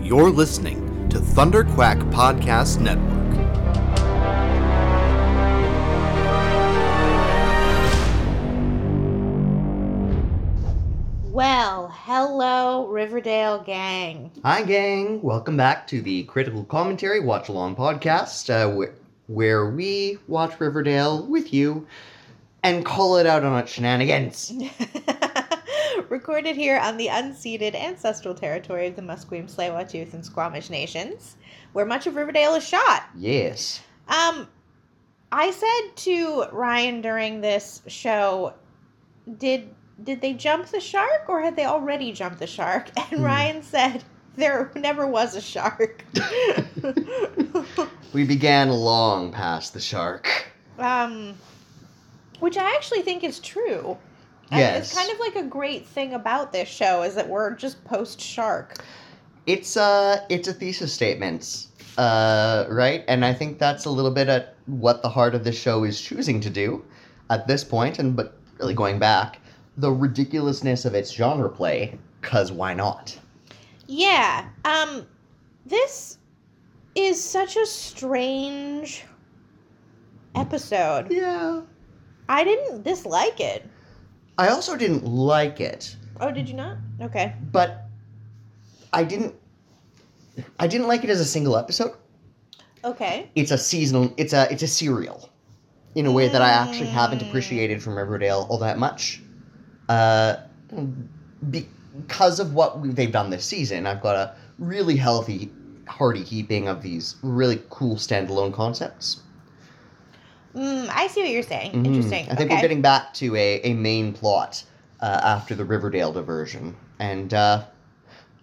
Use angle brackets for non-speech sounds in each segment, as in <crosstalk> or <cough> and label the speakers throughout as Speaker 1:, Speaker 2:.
Speaker 1: You're listening to Thunder Quack Podcast Network.
Speaker 2: Well, hello, Riverdale gang. <laughs>
Speaker 1: Hi, gang. Welcome back to the Critical Commentary Watch Along Podcast, uh, wh- where we watch Riverdale with you and call it out on its shenanigans.
Speaker 2: Recorded here on the unceded ancestral territory of the Musqueam, Tsleil-Waututh, and Squamish nations, where much of Riverdale is shot.
Speaker 1: Yes.
Speaker 2: Um, I said to Ryan during this show, did did they jump the shark or had they already jumped the shark? <laughs> And
Speaker 1: Hmm.
Speaker 2: Ryan said, there never was a shark. <laughs>
Speaker 1: We began long past the shark.
Speaker 2: um, which I actually think is true. And
Speaker 1: Yes.
Speaker 2: it's kind of like a great thing about this show is that we're just post shark.
Speaker 1: It's uh it's a thesis statement. Uh right? And I think that's a little bit at what the heart of this show is choosing to do at this point and but really going back, the ridiculousness of its genre play, cuz why not?
Speaker 2: Yeah. Um this is such a strange episode.
Speaker 1: Yeah.
Speaker 2: I didn't dislike it.
Speaker 1: I also didn't like it,
Speaker 2: Oh, did you not? Okay.
Speaker 1: but I didn't I didn't like it as a single episode.
Speaker 2: Okay.
Speaker 1: It's a seasonal it's a it's a serial in a way that I actually haven't appreciated from Riverdale all that much. Uh, because of what we, they've done this season, I've got a really healthy, hearty heaping of these really cool standalone concepts.
Speaker 2: Mm, I see what you're saying.
Speaker 1: Mhm.
Speaker 2: Interesting.
Speaker 1: I think
Speaker 2: okay.
Speaker 1: we're getting back to a, a main plot uh, after the Riverdale diversion. And uh,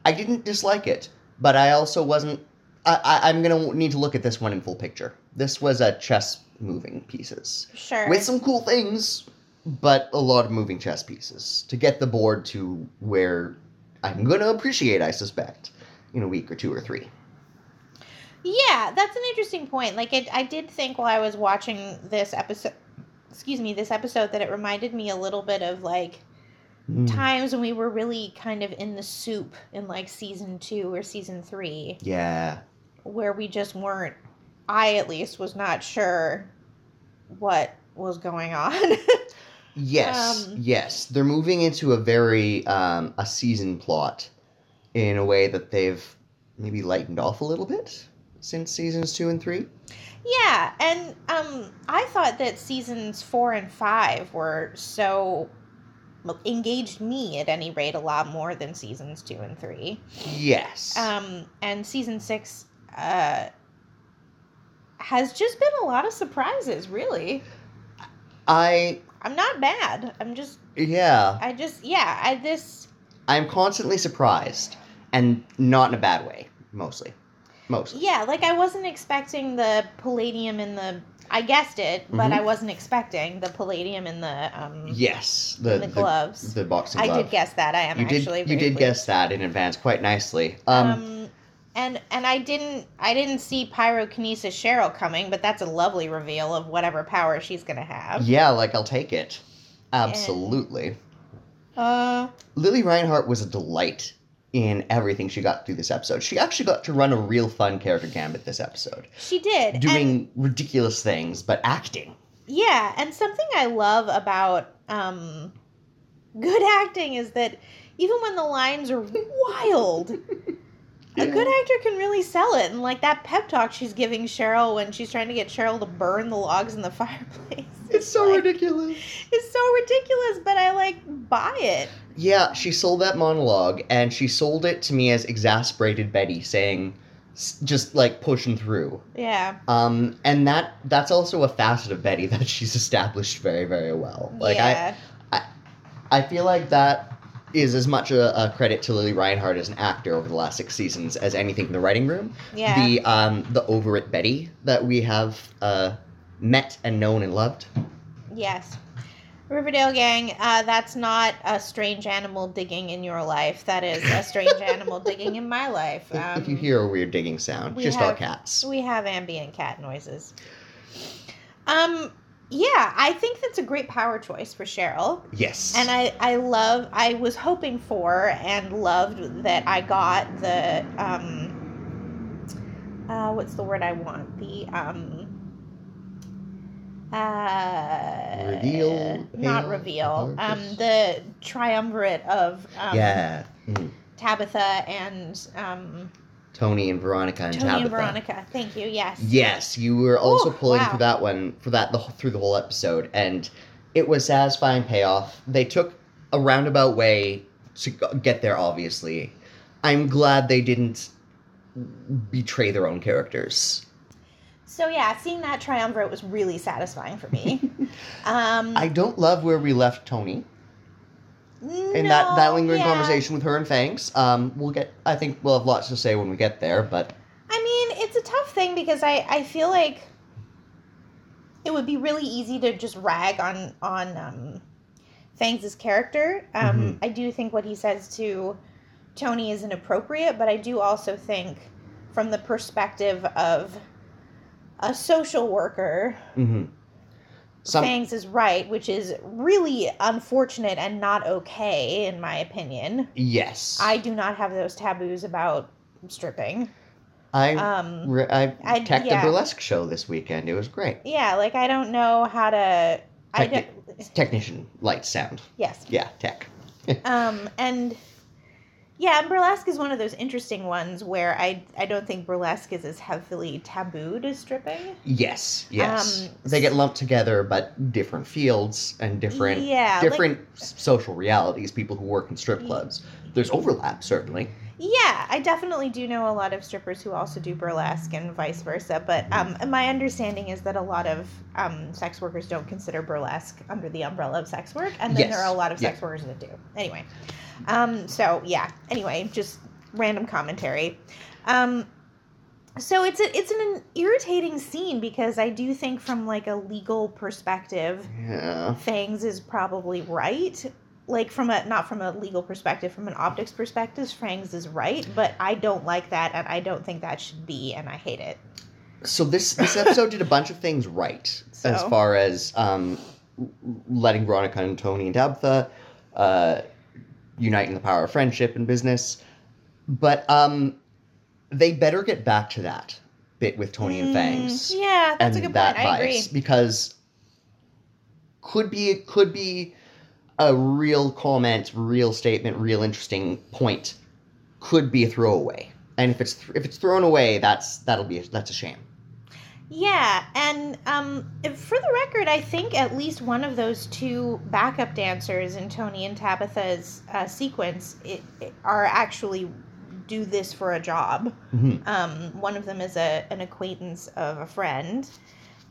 Speaker 1: I didn't dislike it, but I also wasn't. I, I, I'm going to need to look at this one in full picture. This was a chess moving pieces.
Speaker 2: sure.
Speaker 1: with some cool things, but a lot of moving chess pieces to get the board to where I'm going to appreciate, I suspect, in a week or two or three.
Speaker 2: Yeah, that's an interesting point. Like, it, I did think while I was watching this episode, excuse me, this episode, that it reminded me a little bit of like
Speaker 1: Mm. Hmm.
Speaker 2: times when we were really kind of in the soup in like season two or season three,
Speaker 1: Yeah.
Speaker 2: where we just weren't. I at least was not sure what was going on. <laughs>
Speaker 1: Yes.
Speaker 2: Um,
Speaker 1: yes. They're moving into a very um, a season plot in a way that they've maybe lightened off a little bit since seasons two and three.
Speaker 2: Yeah, and um, I thought that seasons four and five were so well, engaged me at any rate a lot more than seasons two and three.
Speaker 1: Yes.
Speaker 2: Um, and season six uh, has just been a lot of surprises. Really,
Speaker 1: I
Speaker 2: I'm not mad. I'm just,
Speaker 1: yeah.
Speaker 2: I just, yeah, I this.
Speaker 1: I'm constantly surprised, and not in a bad way. Mostly. Mostly.
Speaker 2: Yeah, like I wasn't expecting the palladium in the. I guessed it, but
Speaker 1: Mm-hmm.
Speaker 2: I wasn't expecting the palladium in the um
Speaker 1: Yes,
Speaker 2: in
Speaker 1: the the,
Speaker 2: the gloves.
Speaker 1: the boxing
Speaker 2: I
Speaker 1: glove.
Speaker 2: did guess that. I am
Speaker 1: you did
Speaker 2: actually.
Speaker 1: you did
Speaker 2: briefly.
Speaker 1: guess that in advance quite nicely.
Speaker 2: Um,
Speaker 1: Um,
Speaker 2: and and I didn't I didn't see pyrokinesis Cheryl coming, but that's a lovely reveal of whatever power she's gonna have.
Speaker 1: yeah, like I'll take it. Absolutely.
Speaker 2: Uh,
Speaker 1: Lily Reinhart was a delight in everything she got through this episode. She actually got to run a real fun character gambit this episode,
Speaker 2: she did.
Speaker 1: doing
Speaker 2: and,
Speaker 1: ridiculous things but acting.
Speaker 2: yeah, and something I love about um, good acting is that even when the lines are wild, a good actor can really sell it. And like that pep talk she's giving Cheryl when she's trying to get Cheryl to burn the logs in the <laughs> fireplace.
Speaker 1: It's so
Speaker 2: like-
Speaker 1: ridiculous.
Speaker 2: It's so ridiculous, but I like buy it.
Speaker 1: Yeah, she sold that monologue and she sold it to me as exasperated Betty saying s- just like pushing through.
Speaker 2: Yeah.
Speaker 1: Um, and that that's also a facet of Betty <laughs> that she's established very, very well. Like
Speaker 2: yeah.
Speaker 1: I, I feel like that is as much a, a credit to Lily Reinhardt as an actor over the last six seasons as anything in the writing room.
Speaker 2: yeah.
Speaker 1: The um the over it Betty that we have uh met and known and loved.
Speaker 2: yes. Riverdale gang, uh, that's not a strange animal digging in your life. That is
Speaker 1: <laughs>
Speaker 2: a strange animal digging in my life.
Speaker 1: If-
Speaker 2: Um,
Speaker 1: if you hear a weird digging sound,
Speaker 2: we
Speaker 1: just our
Speaker 2: have-
Speaker 1: cats.
Speaker 2: we have ambient cat noises. Um, yeah, I think that's a great power choice for Cheryl.
Speaker 1: Yes.
Speaker 2: And I, I love, I was hoping for and loved that I got the um, uh, what's the word I want? The um uh
Speaker 1: Reveal,
Speaker 2: not
Speaker 1: hail,
Speaker 2: reveal. Um
Speaker 1: purpose.
Speaker 2: the triumvirate of um
Speaker 1: yeah. Mm.
Speaker 2: Tabitha and um
Speaker 1: Tony and Veronica and
Speaker 2: Tony
Speaker 1: Tabitha.
Speaker 2: and Veronica. Thank you. Yes.
Speaker 1: Yes, you were also
Speaker 2: Ooh,
Speaker 1: pulling
Speaker 2: wow.
Speaker 1: for that one for that the, wh- through the whole episode, and it was satisfying payoff. They took a roundabout way to g- get there. Obviously, I'm glad they didn't betray their own characters.
Speaker 2: So yeah, seeing that triumvirate was really satisfying for me.
Speaker 1: <laughs>
Speaker 2: um
Speaker 1: I don't love where we left Tony in that, that
Speaker 2: no,
Speaker 1: lingering
Speaker 2: yeah.
Speaker 1: conversation with her and Fangs. Um, we'll get. I think we'll have lots to say when we get there, but
Speaker 2: I mean, it's a tough thing because I, I feel like it would be really easy to just rag on on um, Fangs' character. Um, I do think what he says to Tony is inappropriate, but I do also think from the perspective of a social worker,
Speaker 1: mhm. some
Speaker 2: Fangs is right, which is really unfortunate and not okay, in my opinion.
Speaker 1: yes,
Speaker 2: I do not have those taboos about stripping.
Speaker 1: I
Speaker 2: Um,
Speaker 1: re- I,
Speaker 2: I-
Speaker 1: teched
Speaker 2: yeah.
Speaker 1: a burlesque show this weekend. It was great.
Speaker 2: Yeah, like I don't know how to. I don't.
Speaker 1: Technic- Technician, light, sound.
Speaker 2: Yes.
Speaker 1: Yeah, tech. <laughs>
Speaker 2: Um. And yeah, and burlesque is one of those interesting ones where I I don't think burlesque is as heavily tabooed as stripping.
Speaker 1: Yes, yes.
Speaker 2: Um,
Speaker 1: they get lumped together, but different fields and different
Speaker 2: Yeah. like-
Speaker 1: different s social realities. People who work in strip
Speaker 2: Ye-
Speaker 1: clubs. There's overlap, certainly.
Speaker 2: yeah, I definitely do know a lot of strippers who also do burlesque and vice versa. But um,
Speaker 1: Mm-hmm.
Speaker 2: my understanding is that a lot of um sex workers don't consider burlesque under the umbrella of sex work, and then
Speaker 1: Yes,
Speaker 2: there are a lot of
Speaker 1: yeah.
Speaker 2: sex workers that do. Anyway. Um. So yeah. Anyway, just random commentary. Um, so it's a, it's an irritating scene because I do think from like a legal perspective,
Speaker 1: Yeah.
Speaker 2: Fangs is probably right. Like from a not from a legal perspective, from an optics perspective, Fangs is right. But I don't like that, and I don't think that should be, and I hate it.
Speaker 1: So this this episode did a bunch of things right as
Speaker 2: So?
Speaker 1: far as um, letting Veronica and Tony and Tabitha uh, unite in the power of friendship and business, but um, they better get back to that bit with Tony and
Speaker 2: Mm,
Speaker 1: Fangs.
Speaker 2: Yeah, that's a
Speaker 1: and
Speaker 2: good
Speaker 1: that
Speaker 2: point. I agree.
Speaker 1: bias because could be it could be a real comment, real statement, real interesting point could be a throwaway. And if it's if it's thrown away, that's that'll be that's a shame.
Speaker 2: Yeah, and um, if- for the record, I think at least one of those two backup dancers in Tony and Tabitha's uh, sequence i i are actually do this for a job.
Speaker 1: Mhm.
Speaker 2: Um, one of them is a an acquaintance of a friend,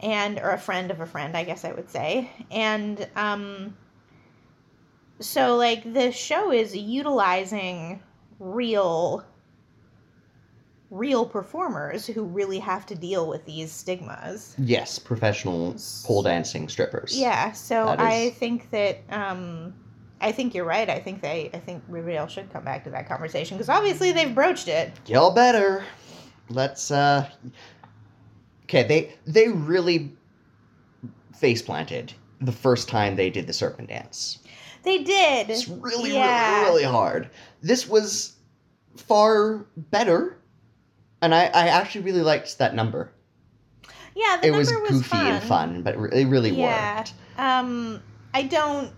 Speaker 2: and or a friend of a friend, I guess I would say, and um, so like the show is utilizing real real performers who really have to deal with these stigmas.
Speaker 1: Yes, professional pole dancing strippers.
Speaker 2: Yeah, so
Speaker 1: That
Speaker 2: I
Speaker 1: is-
Speaker 2: think that um I think you're right. I think they I think Riverdale should come back to that conversation because obviously they've broached it.
Speaker 1: y'all better. Let's uh. Okay, they they really face planted the first time they did the serpent dance.
Speaker 2: They did.
Speaker 1: It's really,
Speaker 2: Yeah.
Speaker 1: really, really hard. This was far better, and I, I actually really liked that number.
Speaker 2: Yeah, the
Speaker 1: it
Speaker 2: number
Speaker 1: was
Speaker 2: was,
Speaker 1: goofy and fun, but it re- it really
Speaker 2: Yeah.
Speaker 1: worked.
Speaker 2: Um I don't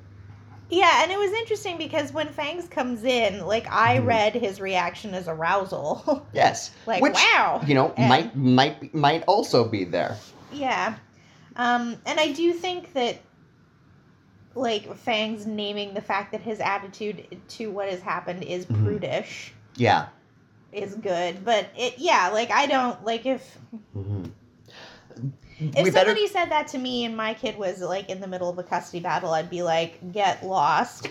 Speaker 2: yeah, and it was interesting because when Fangs comes in, like I
Speaker 1: Mhm.
Speaker 2: read his reaction as arousal. <laughs>
Speaker 1: Yes,
Speaker 2: like,
Speaker 1: Which,
Speaker 2: wow.
Speaker 1: you know,
Speaker 2: And-
Speaker 1: might might be- might also be there.
Speaker 2: Yeah. Um, and I do think that, like, Fang's naming the fact that his attitude to what has happened is
Speaker 1: Mhm.
Speaker 2: prudish
Speaker 1: Yeah.
Speaker 2: is good. But it, yeah, like, I don't, like, if,
Speaker 1: Mhm.
Speaker 2: if
Speaker 1: we better.
Speaker 2: somebody said that to me and my kid was, like, in the middle of a custody battle, I'd be like, get
Speaker 1: <laughs>
Speaker 2: lost.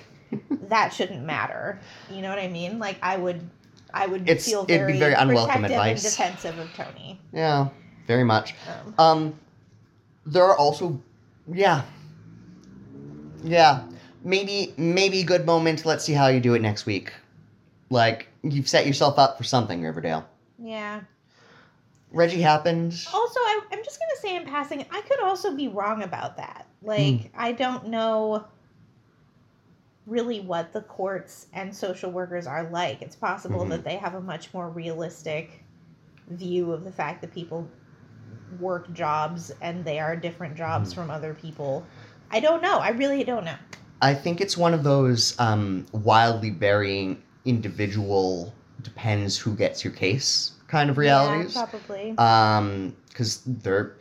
Speaker 2: that shouldn't matter. You know what I mean? Like, I would. I would
Speaker 1: It's-
Speaker 2: feel
Speaker 1: it'd be
Speaker 2: very,
Speaker 1: very unwelcome
Speaker 2: protective
Speaker 1: advice.
Speaker 2: and defensive of Tony.
Speaker 1: Yeah, very much.
Speaker 2: Um,
Speaker 1: Um, there are also, yeah, yeah. Maybe maybe good moment. Let's see how you do it next week. Like you've set yourself up for something, Riverdale.
Speaker 2: yeah.
Speaker 1: Reggie happened.
Speaker 2: Also, I, I'm just gonna say in passing, I could also be wrong about that. Like,
Speaker 1: Hmm.
Speaker 2: I don't know really what the courts and social workers are like. It's possible
Speaker 1: Mhm.
Speaker 2: that they have a much more realistic view of the fact that people work jobs and they are different jobs
Speaker 1: Mhm.
Speaker 2: from other people. I don't know. I really don't know.
Speaker 1: I think it's one of those um, wildly varying individual depends who gets your case kind of realities.
Speaker 2: Yeah, probably.
Speaker 1: Um, because there,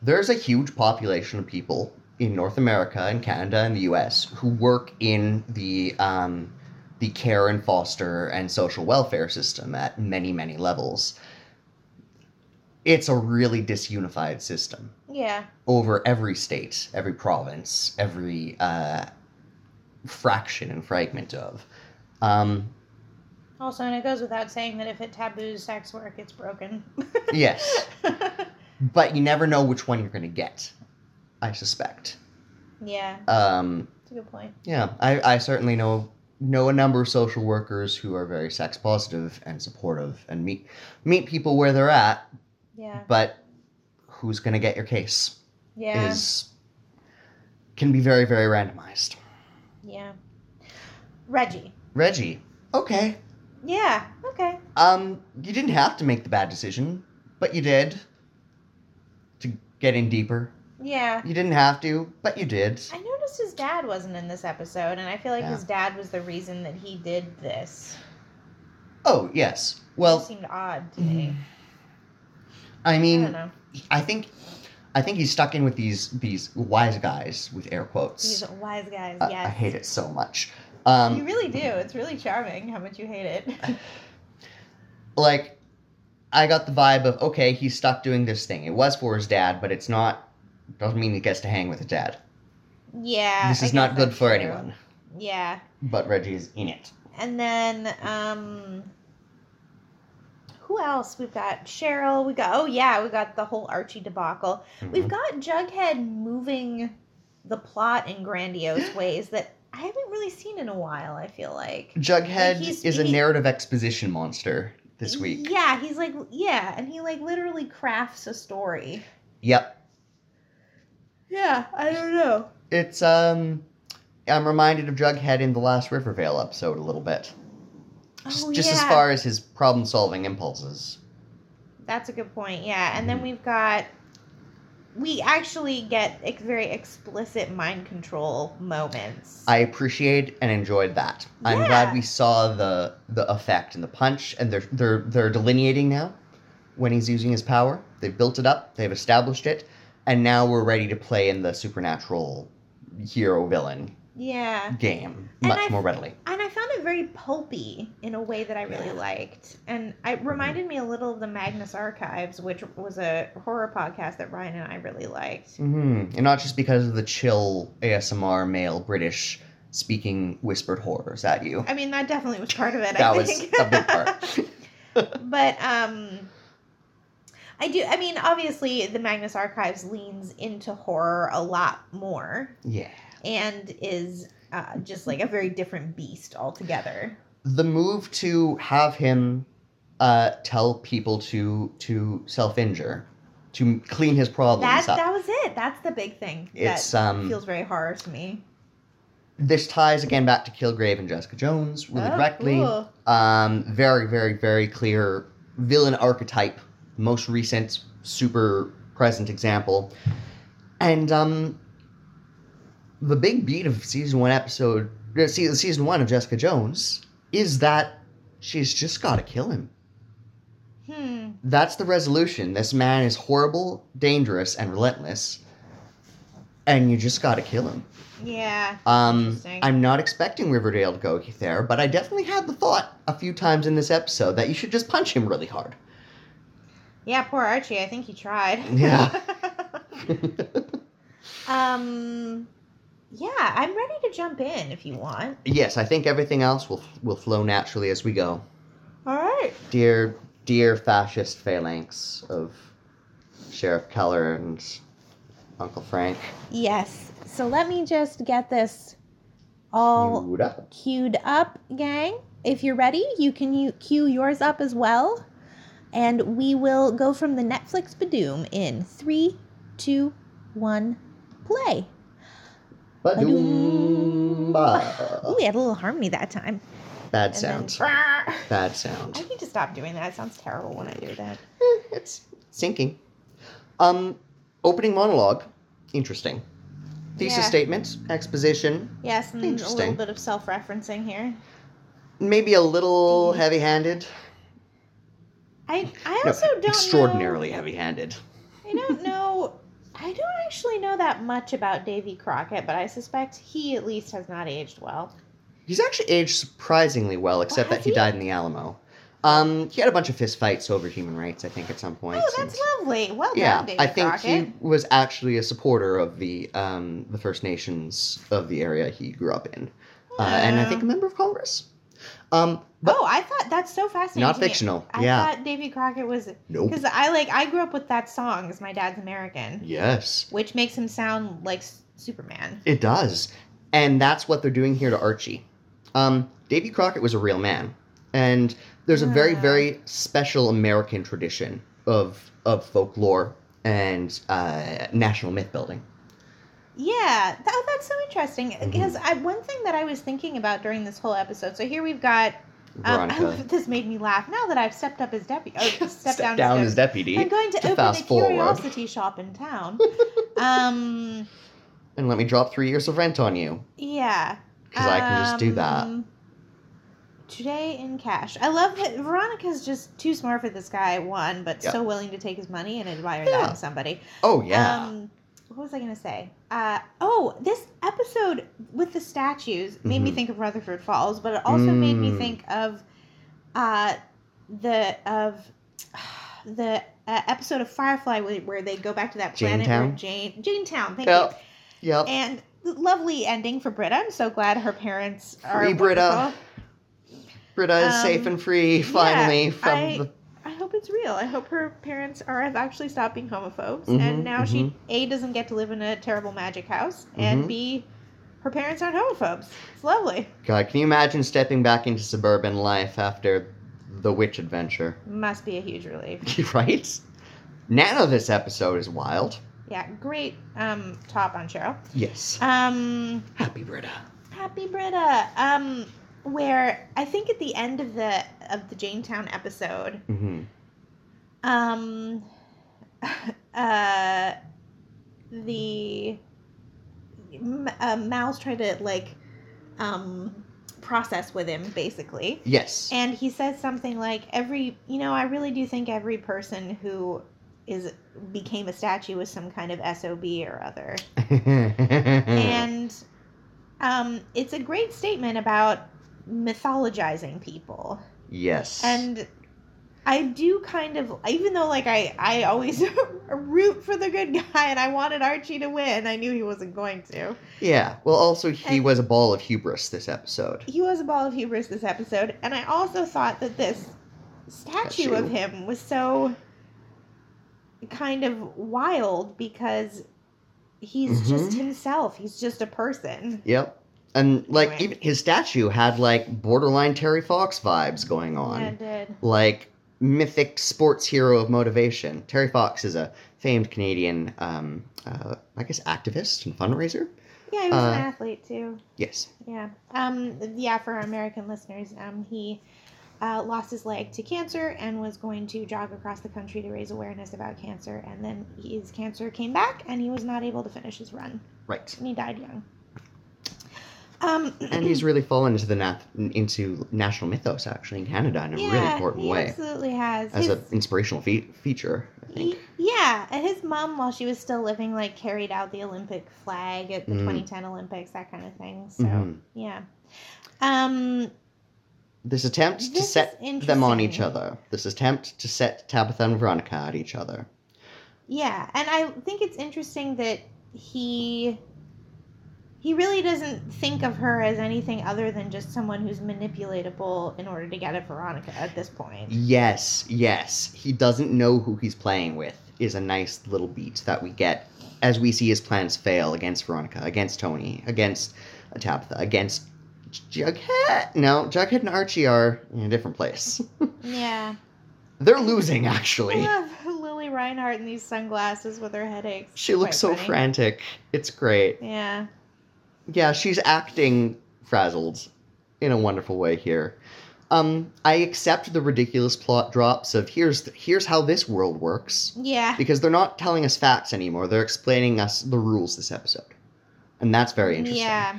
Speaker 1: there's a huge population of people in North America and Canada and the U.S. who work in the um, the care and foster and social welfare system at many many levels. It's a really disunified system
Speaker 2: yeah.
Speaker 1: over every state, every province, every uh, fraction and fragment of. Um,
Speaker 2: Also, and it goes without saying that if it taboos sex work, it's broken. <laughs>
Speaker 1: yes, but you never know which one you're going to get. I suspect.
Speaker 2: yeah,
Speaker 1: Um,
Speaker 2: it's a good point.
Speaker 1: Yeah, I, I certainly know know a number of social workers who are very sex positive and supportive and meet meet people where they're at,
Speaker 2: Yeah.
Speaker 1: but who's gonna get your case
Speaker 2: Yeah.
Speaker 1: is can be very, very randomized.
Speaker 2: Yeah. Reggie.
Speaker 1: Reggie, okay.
Speaker 2: Yeah. Okay.
Speaker 1: Um, you didn't have to make the bad decision, but you did. To get in deeper.
Speaker 2: Yeah.
Speaker 1: You didn't have to, but you did.
Speaker 2: I noticed his dad wasn't in this episode, and I feel like
Speaker 1: Yeah.
Speaker 2: his dad was the reason that he did this.
Speaker 1: Oh, yes.
Speaker 2: it
Speaker 1: Well,
Speaker 2: seemed odd to me.
Speaker 1: I
Speaker 2: I
Speaker 1: mean
Speaker 2: don't know.
Speaker 1: I think I think he's stuck in with these these wise guys with air quotes.
Speaker 2: These wise guys.
Speaker 1: I-
Speaker 2: yes.
Speaker 1: I hate it so much.
Speaker 2: you
Speaker 1: Uh, Um,
Speaker 2: really do. It's really charming how much you hate it.
Speaker 1: like I got the vibe of okay, he's stuck doing this thing. It was for his dad, but it's not. Doesn't mean he gets to hang with his dad.
Speaker 2: <laughs> yeah.
Speaker 1: this
Speaker 2: I
Speaker 1: is not
Speaker 2: guess
Speaker 1: good
Speaker 2: that's
Speaker 1: for
Speaker 2: true.
Speaker 1: anyone.
Speaker 2: Yeah.
Speaker 1: But Reggie's in it.
Speaker 2: And then um who else? We've got Cheryl, we got oh yeah, we got the whole Archie debacle. We've
Speaker 1: Mhm.
Speaker 2: got Jughead moving the plot
Speaker 1: <laughs>
Speaker 2: in grandiose ways that I haven't really seen in a while, I feel like.
Speaker 1: Jughead
Speaker 2: he's-
Speaker 1: is a
Speaker 2: he-
Speaker 1: narrative exposition monster this week.
Speaker 2: Yeah, he's like yeah, and he like literally crafts a story.
Speaker 1: Yep,
Speaker 2: Yeah, I don't know.
Speaker 1: it's um. I'm reminded of Jughead in the last Rivervale episode a little bit, just,
Speaker 2: oh,
Speaker 1: just
Speaker 2: yeah.
Speaker 1: as far as his problem-solving impulses.
Speaker 2: That's a good point. Yeah, and then
Speaker 1: Mhm.
Speaker 2: we've got we actually get ex- very explicit mind control moments.
Speaker 1: I appreciate and enjoyed that. I'm
Speaker 2: Yeah.
Speaker 1: glad we saw the the effect and the punch, and they're they're they're delineating now when he's using his power. They've built it up, they've established it, and now we're ready to play in the supernatural hero villain
Speaker 2: yeah,
Speaker 1: game
Speaker 2: And
Speaker 1: much
Speaker 2: I-
Speaker 1: more readily.
Speaker 2: and I found it very pulpy in a way that I really
Speaker 1: Yeah. Mm-hmm.
Speaker 2: liked, and it reminded me a little of the Magnus Archives, which was a horror podcast that Ryan and I really liked.
Speaker 1: hmm And not just because of the chill ASMR male British speaking whispered horrors at you.
Speaker 2: I mean, that definitely was part of it.
Speaker 1: That
Speaker 2: I
Speaker 1: was
Speaker 2: think.
Speaker 1: a
Speaker 2: <laughs>
Speaker 1: big part.
Speaker 2: but um i do i mean obviously the magnus archives leans into horror a lot more
Speaker 1: yeah.
Speaker 2: and is uh, just like a very different beast altogether
Speaker 1: the move to have him uh, tell people to to self injure, to clean his
Speaker 2: that
Speaker 1: problems up.
Speaker 2: that was it that's the big thing
Speaker 1: it's
Speaker 2: that
Speaker 1: um
Speaker 2: feels very horror to me
Speaker 1: this ties again back to Kilgrave and Jessica Jones really
Speaker 2: Oh,
Speaker 1: directly.
Speaker 2: cool.
Speaker 1: Um, very very very clear villain archetype, most recent super present example, and um, the big beat of season one episode, uh, se- season one of Jessica Jones is that she's just got to kill him.
Speaker 2: hmm
Speaker 1: That's the resolution. This man is horrible, dangerous, and relentless, and you just gotta kill him.
Speaker 2: yeah
Speaker 1: Um,
Speaker 2: Interesting.
Speaker 1: I'm not expecting Riverdale to go there, but I definitely had the thought a few times in this episode that you should just punch him really hard. <laughs>
Speaker 2: yeah poor archie i think he tried
Speaker 1: Yeah.
Speaker 2: <laughs> um yeah i'm ready to jump in if you want
Speaker 1: yes, I think everything else will will flow naturally as we go.
Speaker 2: all right
Speaker 1: Dear, dear fascist phalanx of Sheriff Keller and Uncle Frank,
Speaker 2: Yes. So let me just get this all
Speaker 1: queued up.
Speaker 2: queued up, gang. If you're ready, you can u- queue yours up as well. And we will go from the Netflix Badoom in three, two, one, play.
Speaker 1: Ba-doom-ba.
Speaker 2: <laughs> Ooh, we had a little harmony that time.
Speaker 1: Bad
Speaker 2: and then- <laughs>
Speaker 1: sound. Bad sound.
Speaker 2: I need to stop doing that. It sounds terrible when I do that.
Speaker 1: Eh, it's sinking. Um, opening monologue, interesting. Thesis
Speaker 2: Yeah.
Speaker 1: statement, exposition,
Speaker 2: Yes, and a little
Speaker 1: Interesting.
Speaker 2: bit of self referencing here.
Speaker 1: maybe a little
Speaker 2: Mhm.
Speaker 1: heavy-handed.
Speaker 2: I I
Speaker 1: No,
Speaker 2: also don't know-
Speaker 1: extraordinarily heavy-handed.
Speaker 2: I don't know. I don't actually know that much about Davy Crockett, but I suspect he at least has not aged well.
Speaker 1: He's actually aged surprisingly well, except
Speaker 2: has
Speaker 1: that he
Speaker 2: he?
Speaker 1: died in the Alamo. Um, he had a bunch of fist fights over human rights, I think, at some point.
Speaker 2: Oh, that's
Speaker 1: and-
Speaker 2: lovely. Well
Speaker 1: yeah,
Speaker 2: done, Davy
Speaker 1: I think
Speaker 2: Crockett.
Speaker 1: he was actually a supporter of the um, the First Nations of the area he grew up in, uh, and I think a member of Congress. Um, but
Speaker 2: oh, I thought that's so fascinating.
Speaker 1: not
Speaker 2: to me.
Speaker 1: fictional.
Speaker 2: I
Speaker 1: yeah. Oh.
Speaker 2: thought Davy Crockett was
Speaker 1: nope.
Speaker 2: because I like I grew up with that song because my dad's American,
Speaker 1: Yes,
Speaker 2: which makes him sound like S- Superman.
Speaker 1: it does, and that's what they're doing here to Archie. Um, Davy Crockett was a real man, and there's a very,
Speaker 2: Ah.
Speaker 1: very special American tradition of of folklore and uh, national myth building.
Speaker 2: Yeah, th- oh, that's so interesting
Speaker 1: Mm-hmm.
Speaker 2: because I one thing that I was thinking about during this whole episode. So here we've got um, <laughs> I
Speaker 1: Veronica
Speaker 2: love- this made me laugh. Now that I've stepped up as deputy,
Speaker 1: <laughs>
Speaker 2: oh, stepped
Speaker 1: stepped
Speaker 2: down,
Speaker 1: down
Speaker 2: as
Speaker 1: as
Speaker 2: deputy.
Speaker 1: deputy
Speaker 2: I'm going to,
Speaker 1: to
Speaker 2: open
Speaker 1: fast
Speaker 2: a
Speaker 1: forward.
Speaker 2: curiosity shop in town. um,
Speaker 1: and let me drop three years of rent on you
Speaker 2: yeah.
Speaker 1: <laughs> because I can just do that.
Speaker 2: Um, Today in cash. I love that Veronica's just too smart for this guy, one, but
Speaker 1: Yeah.
Speaker 2: so willing to take his money and admire
Speaker 1: Yeah.
Speaker 2: that in somebody.
Speaker 1: Oh yeah,
Speaker 2: Um, what was I going to say? Uh, oh, this episode with the statues made me
Speaker 1: Mhm.
Speaker 2: think of Rutherford Falls, but it also made me
Speaker 1: Mm.
Speaker 2: think of uh, the of <sighs> the uh, episode of Firefly where, where they go back to that planet where
Speaker 1: Janetown?
Speaker 2: Jane Janetown. Thank you.
Speaker 1: yep, yep.
Speaker 2: And lovely ending for Britta. I'm so glad her parents are
Speaker 1: Free Britta.
Speaker 2: wonderful.
Speaker 1: Britta is safe
Speaker 2: um,
Speaker 1: and free finally from
Speaker 2: I-
Speaker 1: the
Speaker 2: I hope it's real. I hope her parents are have actually stopped being homophobes,
Speaker 1: Mhm,
Speaker 2: and now she a doesn't get to live in a terrible magic house, and
Speaker 1: Mhm.
Speaker 2: b her parents aren't homophobes. It's lovely.
Speaker 1: God. Can you imagine stepping back into suburban life after the witch adventure? <laughs>
Speaker 2: Must be a huge relief.
Speaker 1: right? Nano this episode is wild.
Speaker 2: Yeah, great um, top on Cheryl.
Speaker 1: Yes.
Speaker 2: Um,
Speaker 1: Happy Britta.
Speaker 2: Happy Britta. Um, where I think at the end of the of the Janetown episode,
Speaker 1: Mm-hmm.
Speaker 2: Um, <laughs> uh, the M- uh, Mal's trying to like um process with him basically,
Speaker 1: Yes.
Speaker 2: and he says something like, "Every, you know, I really do think every person who is became a statue was some kind of sob or other,"
Speaker 1: <laughs> Mm.
Speaker 2: and um, it's a great statement about mythologizing people
Speaker 1: yes.
Speaker 2: and I do kind of, even though like I, I always <laughs> root for the good guy, and I wanted Archie to win. I knew he wasn't going to.
Speaker 1: yeah. Well, also he
Speaker 2: and-
Speaker 1: was a ball of hubris this episode.
Speaker 2: He was a ball of hubris this episode, and I also thought that this statue,
Speaker 1: Statue.
Speaker 2: of him was so kind of wild because he's just
Speaker 1: Mhm.
Speaker 2: himself. He's just a person.
Speaker 1: Yep. And like
Speaker 2: Right.
Speaker 1: even his statue had like borderline Terry Fox vibes going on.
Speaker 2: Yeah, it did.
Speaker 1: like mythic sports hero of motivation. Terry Fox is a famed Canadian, um, uh, I guess, activist and fundraiser.
Speaker 2: Yeah, he was an
Speaker 1: Uh,
Speaker 2: athlete too.
Speaker 1: Yes.
Speaker 2: Yeah. Um. Yeah. For our American listeners, um, he uh, lost his leg to cancer and was going to jog across the country to raise awareness about cancer. And then his cancer came back, and he was not able to finish his run,
Speaker 1: Right.
Speaker 2: and he died young. Um.
Speaker 1: And
Speaker 2: <clears throat>
Speaker 1: he's really fallen into the nat- into national mythos actually in Canada in a really important
Speaker 2: he
Speaker 1: way
Speaker 2: absolutely has.
Speaker 1: as
Speaker 2: his,
Speaker 1: an inspirational fe- feature. I think.
Speaker 2: he- yeah, and his mom, while she was still living, like carried out the Olympic flag at the
Speaker 1: Mm.
Speaker 2: 2010 Olympics, that kind of thing. So
Speaker 1: Mhm.
Speaker 2: yeah. Um.
Speaker 1: This attempt to
Speaker 2: This is
Speaker 1: set them on each
Speaker 2: interesting.
Speaker 1: other. This attempt to set Tabitha and Veronica at each other.
Speaker 2: Yeah, and I think it's interesting that he he really doesn't think of her as anything other than just someone who's manipulatable in order to get at Veronica at this point.
Speaker 1: Yes, yes. He doesn't know who he's playing with is a nice little beat that we get as we see his plans fail against Veronica, against Tony, against Tabitha, against Jughead. No, Jughead and Archie are in a different place.
Speaker 2: Yeah.
Speaker 1: They're losing,
Speaker 2: I
Speaker 1: actually.
Speaker 2: love Lily Reinhart in these sunglasses with her headaches.
Speaker 1: She
Speaker 2: It's
Speaker 1: looks so
Speaker 2: quite funny.
Speaker 1: frantic. It's great.
Speaker 2: Yeah.
Speaker 1: Yeah, she's acting frazzled. in a wonderful way here. Um, I accept the ridiculous plot drops of here's here's how this world works
Speaker 2: Yeah.
Speaker 1: because they're not telling us facts anymore. They're explaining us the rules this episode, and that's very interesting.
Speaker 2: Yeah.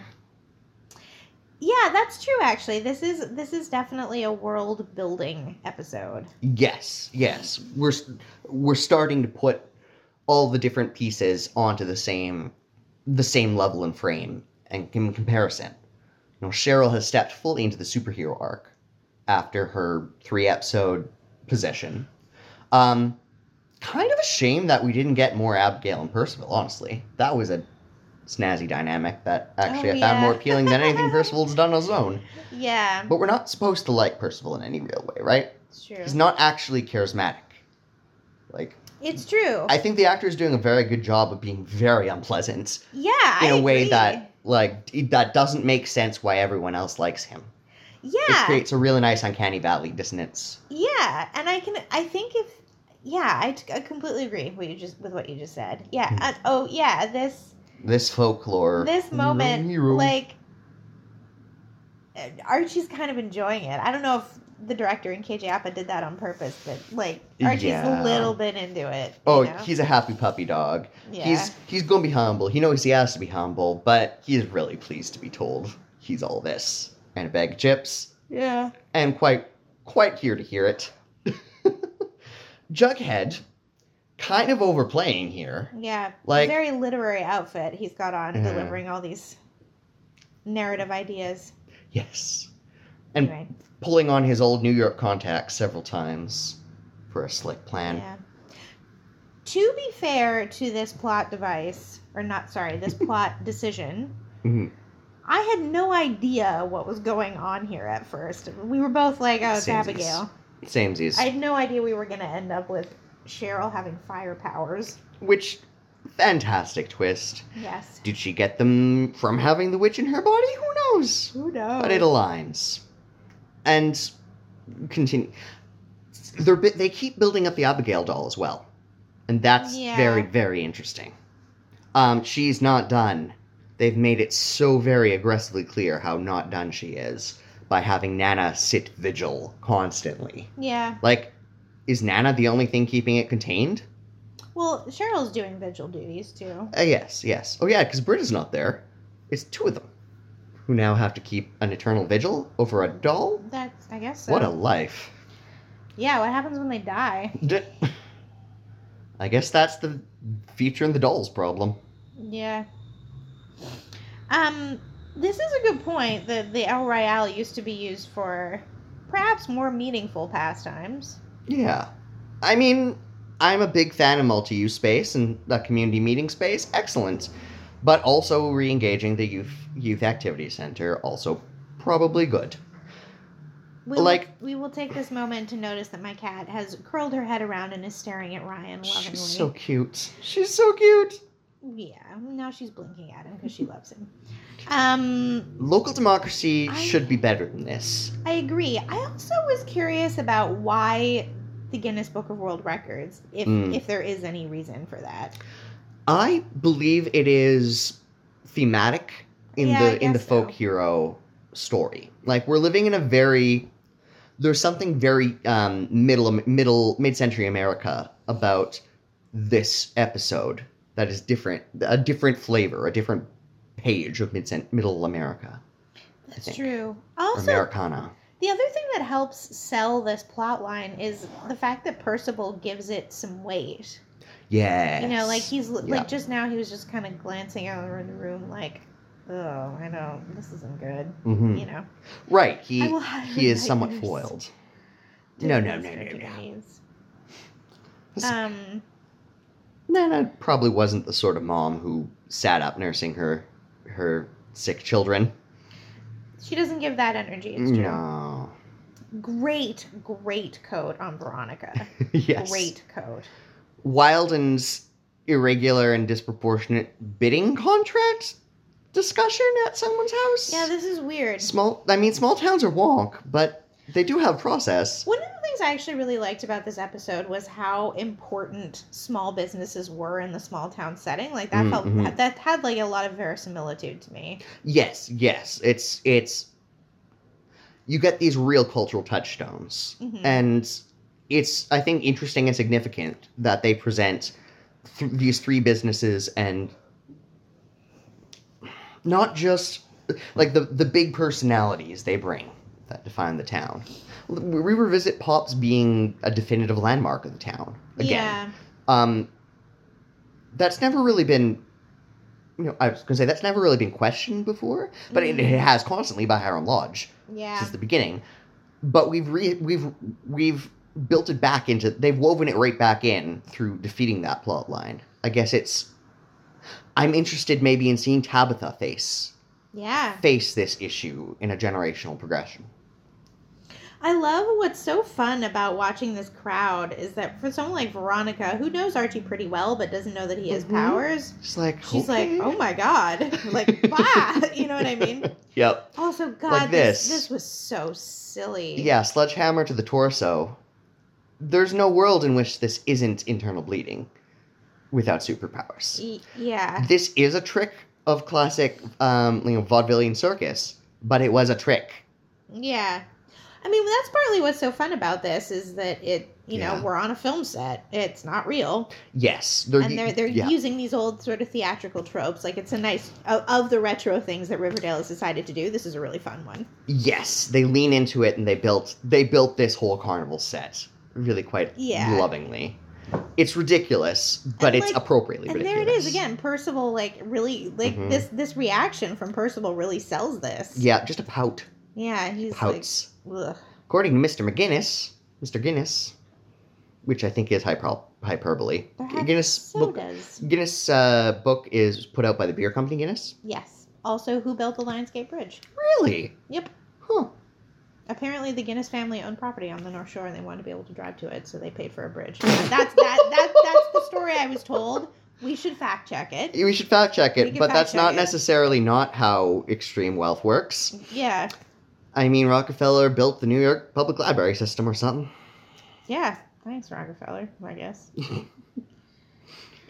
Speaker 2: Yeah, that's true actually. This is this is definitely a world building episode.
Speaker 1: Yes, yes, we're s- we're starting to put all the different pieces onto the same the same level and frame and in comparison. You know, Cheryl has stepped fully into the superhero arc after her three episode possession. Um, kind of a shame that we didn't get more Abigail and Percival. Honestly, that was a snazzy dynamic that actually
Speaker 2: Oh,
Speaker 1: I found
Speaker 2: yeah.
Speaker 1: more appealing than
Speaker 2: <laughs>
Speaker 1: anything Percival's done on his own.
Speaker 2: Yeah,
Speaker 1: But we're not supposed to like Percival in any real way, right?
Speaker 2: it's true.
Speaker 1: He's not actually charismatic. Like
Speaker 2: It's true.
Speaker 1: I think the actor is doing a very good job of being very unpleasant
Speaker 2: yeah,
Speaker 1: in
Speaker 2: I
Speaker 1: a way
Speaker 2: agree.
Speaker 1: that like d- that doesn't make sense why everyone else likes him. It
Speaker 2: yeah,
Speaker 1: creates a really nice uncanny valley dissonance.
Speaker 2: yeah, and I can I think if yeah, I, t- I completely agree with you just with what you just said. Yeah.
Speaker 1: Hmm.
Speaker 2: and- oh yeah, this
Speaker 1: This folklore
Speaker 2: this moment
Speaker 1: Hero.
Speaker 2: like uh, Archie's kind of enjoying it. I don't know if the director and KJ Appa did that on purpose, but like Archie's
Speaker 1: Yeah.
Speaker 2: a little bit into it. you
Speaker 1: Oh,
Speaker 2: know?
Speaker 1: he's a happy puppy dog.
Speaker 2: yeah.
Speaker 1: He's he's gonna be humble. He knows he has to be humble, but he is really pleased to be told he's all this. And a bag of chips.
Speaker 2: yeah.
Speaker 1: and quite quite here to hear it. <laughs> Jughead, kind of overplaying here.
Speaker 2: Yeah.
Speaker 1: Like-
Speaker 2: very literary outfit he's got on
Speaker 1: Yeah.
Speaker 2: delivering all these narrative ideas.
Speaker 1: Yes, And-
Speaker 2: Anyway,
Speaker 1: pulling on his old New York contacts several times for a slick plan.
Speaker 2: yeah. To be fair to this plot device, or not
Speaker 1: <laughs>
Speaker 2: sorry, this plot decision,
Speaker 1: Mhm.
Speaker 2: I had no idea what was going on here at first. We were both like, "Oh, it's
Speaker 1: Samesies.
Speaker 2: Abigail."
Speaker 1: Samesies,
Speaker 2: I had no idea we were going to end up with Cheryl having fire powers.
Speaker 1: which fantastic twist.
Speaker 2: Yes.
Speaker 1: Did she get them from having the witch in her body? Who knows?
Speaker 2: Who knows?
Speaker 1: But it aligns, and continue. They're bi- they keep building up the Abigail doll as well, and that's
Speaker 2: Yeah.
Speaker 1: very very interesting. Um, she's not done. They've made it so very aggressively clear how not done she is by having Nana sit vigil constantly.
Speaker 2: yeah.
Speaker 1: Like, is Nana the only thing keeping it contained?
Speaker 2: Well, Cheryl's doing vigil duties too.
Speaker 1: Uh, yes, yes. Oh yeah, because Britta's not there. It's two of them who now have to keep an eternal vigil over a doll.
Speaker 2: That's, I guess. So.
Speaker 1: What a life.
Speaker 2: Yeah, what happens when they die?
Speaker 1: D- I guess that's the feature in the dolls problem.
Speaker 2: Yeah. Um, this is a good point that the El Royale used to be used for perhaps more meaningful pastimes.
Speaker 1: Yeah. I mean, I'm a big fan of multi use space and the community meeting space, excellent. But also re engaging the youth youth activity center, also probably good.
Speaker 2: We will-
Speaker 1: Like-
Speaker 2: we will take this moment to notice that my cat has curled her head around and is staring at Ryan lovingly.
Speaker 1: She's so cute. She's so cute.
Speaker 2: yeah, now she's blinking at him because she loves him. Um,
Speaker 1: Local democracy
Speaker 2: I-
Speaker 1: should be better than this.
Speaker 2: I agree. I also was curious about why the Guinness Book of World Records, if
Speaker 1: Mm.
Speaker 2: if there is any reason for that.
Speaker 1: I believe it is thematic in
Speaker 2: Yeah, I
Speaker 1: the in the
Speaker 2: guess
Speaker 1: folk
Speaker 2: so.
Speaker 1: hero story. Like we're living in a very there's something very um, middle middle mid century America about this episode that is different a different flavor a different page of mid middle America
Speaker 2: That's
Speaker 1: think.
Speaker 2: true.
Speaker 1: or
Speaker 2: Also,
Speaker 1: Americana.
Speaker 2: The other thing that helps sell this plot line is the fact that Percival gives it some weight.
Speaker 1: Yeah,
Speaker 2: You know, like he's l
Speaker 1: Yeah.
Speaker 2: like just now he was just kind of glancing out over the room, like, "Oh, I know this isn't good." You know,
Speaker 1: Mm-hmm. right.
Speaker 2: <laughs> I
Speaker 1: Hmm. He
Speaker 2: will have
Speaker 1: he is somewhat
Speaker 2: nightmares
Speaker 1: foiled.
Speaker 2: doing
Speaker 1: No, no,
Speaker 2: these
Speaker 1: no, no, no.
Speaker 2: activities.
Speaker 1: This-
Speaker 2: Um,
Speaker 1: Nana probably wasn't the sort of mom who sat up nursing her her sick children.
Speaker 2: she doesn't give that energy. It's true.
Speaker 1: No. <laughs>
Speaker 2: Great, great coat on Veronica.
Speaker 1: <laughs> yes.
Speaker 2: Great coat.
Speaker 1: Wilden's irregular and disproportionate bidding contract discussion at someone's house.
Speaker 2: Yeah, this is weird.
Speaker 1: small. I mean, small towns are wonk, but they do have process.
Speaker 2: One of the things I actually really liked about this episode was how important small businesses were in the small town setting. Like that
Speaker 1: Mm,
Speaker 2: felt
Speaker 1: mhm.
Speaker 2: that had like a lot of verisimilitude to me.
Speaker 1: Yes, yes. It's it's you get these real cultural touchstones.
Speaker 2: Mhm.
Speaker 1: And it's, I think, interesting and significant that they present th- these three businesses and not just like the, the big personalities they bring that define the town. We revisit Pops being a definitive landmark of the town again
Speaker 2: Yeah.
Speaker 1: um, that's never really been you know i was going to say that's never really been questioned before but it, it has constantly by hiram lodge
Speaker 2: Yeah.
Speaker 1: since the beginning but we've re- we've we've built it back into they've woven it right back in through defeating that plot line i guess it's i'm interested maybe in seeing tabitha face
Speaker 2: Yeah.
Speaker 1: face this issue in a generational progression
Speaker 2: I love what's so fun about watching this crowd is that for someone like Veronica, who knows Archie pretty well but doesn't know that he has
Speaker 1: Mhm.
Speaker 2: powers,
Speaker 1: it's like
Speaker 2: she's
Speaker 1: okay.
Speaker 2: like, oh my god, <laughs> like, bah, you know what I
Speaker 1: <laughs>
Speaker 2: mean?
Speaker 1: yep
Speaker 2: Also, God,
Speaker 1: Like
Speaker 2: this.
Speaker 1: this.
Speaker 2: this was so silly.
Speaker 1: Yeah, sledgehammer to the torso. There's no world in which this isn't internal bleeding without superpowers.
Speaker 2: Y- E, yeah.
Speaker 1: This is a trick of classic um, you know, vaudevillian circus, but it was a trick.
Speaker 2: Yeah. I mean, that's partly what's so fun about this is that it, you
Speaker 1: Yeah.
Speaker 2: know, we're on a film set. It's not real.
Speaker 1: Yes. They're,
Speaker 2: And they're they're
Speaker 1: yeah.
Speaker 2: using these old sort of theatrical tropes. Like it's a nice of, of the retro things that Riverdale has decided to do. This is a really fun one.
Speaker 1: yes, they lean into it and they built they built this whole carnival set really quite
Speaker 2: Yeah.
Speaker 1: lovingly. It's ridiculous, but
Speaker 2: And,
Speaker 1: it's
Speaker 2: like-
Speaker 1: appropriately
Speaker 2: and
Speaker 1: ridiculous.
Speaker 2: there it is again. Percival like really like
Speaker 1: Mhm.
Speaker 2: this this reaction from Percival really sells this.
Speaker 1: Yeah, just a pout.
Speaker 2: Yeah, he's
Speaker 1: Pouts.
Speaker 2: like Ugh.
Speaker 1: According to Mr. McGinnis, Mr. Guinness, which I think is hyper- hyperbole.
Speaker 2: There have-
Speaker 1: Guinness
Speaker 2: So
Speaker 1: book,
Speaker 2: does.
Speaker 1: Guinness uh, book is put out by the beer company Guinness.
Speaker 2: Yes. Also, who built the Lionsgate Bridge?
Speaker 1: Really?
Speaker 2: Yep.
Speaker 1: Huh.
Speaker 2: Apparently, the Guinness family owned property on the North Shore, and they wanted to be able to drive to it, so they paid for a
Speaker 1: <laughs>
Speaker 2: bridge. That's that, that that's the story I was told. We should fact check it.
Speaker 1: We should fact check
Speaker 2: We
Speaker 1: it,
Speaker 2: can
Speaker 1: but
Speaker 2: fact
Speaker 1: that's not
Speaker 2: check it.
Speaker 1: necessarily not how extreme wealth works.
Speaker 2: Yeah,
Speaker 1: I mean, Rockefeller built the New York public library system or something.
Speaker 2: yeah. Thanks, Rockefeller.
Speaker 1: <laughs>
Speaker 2: I guess.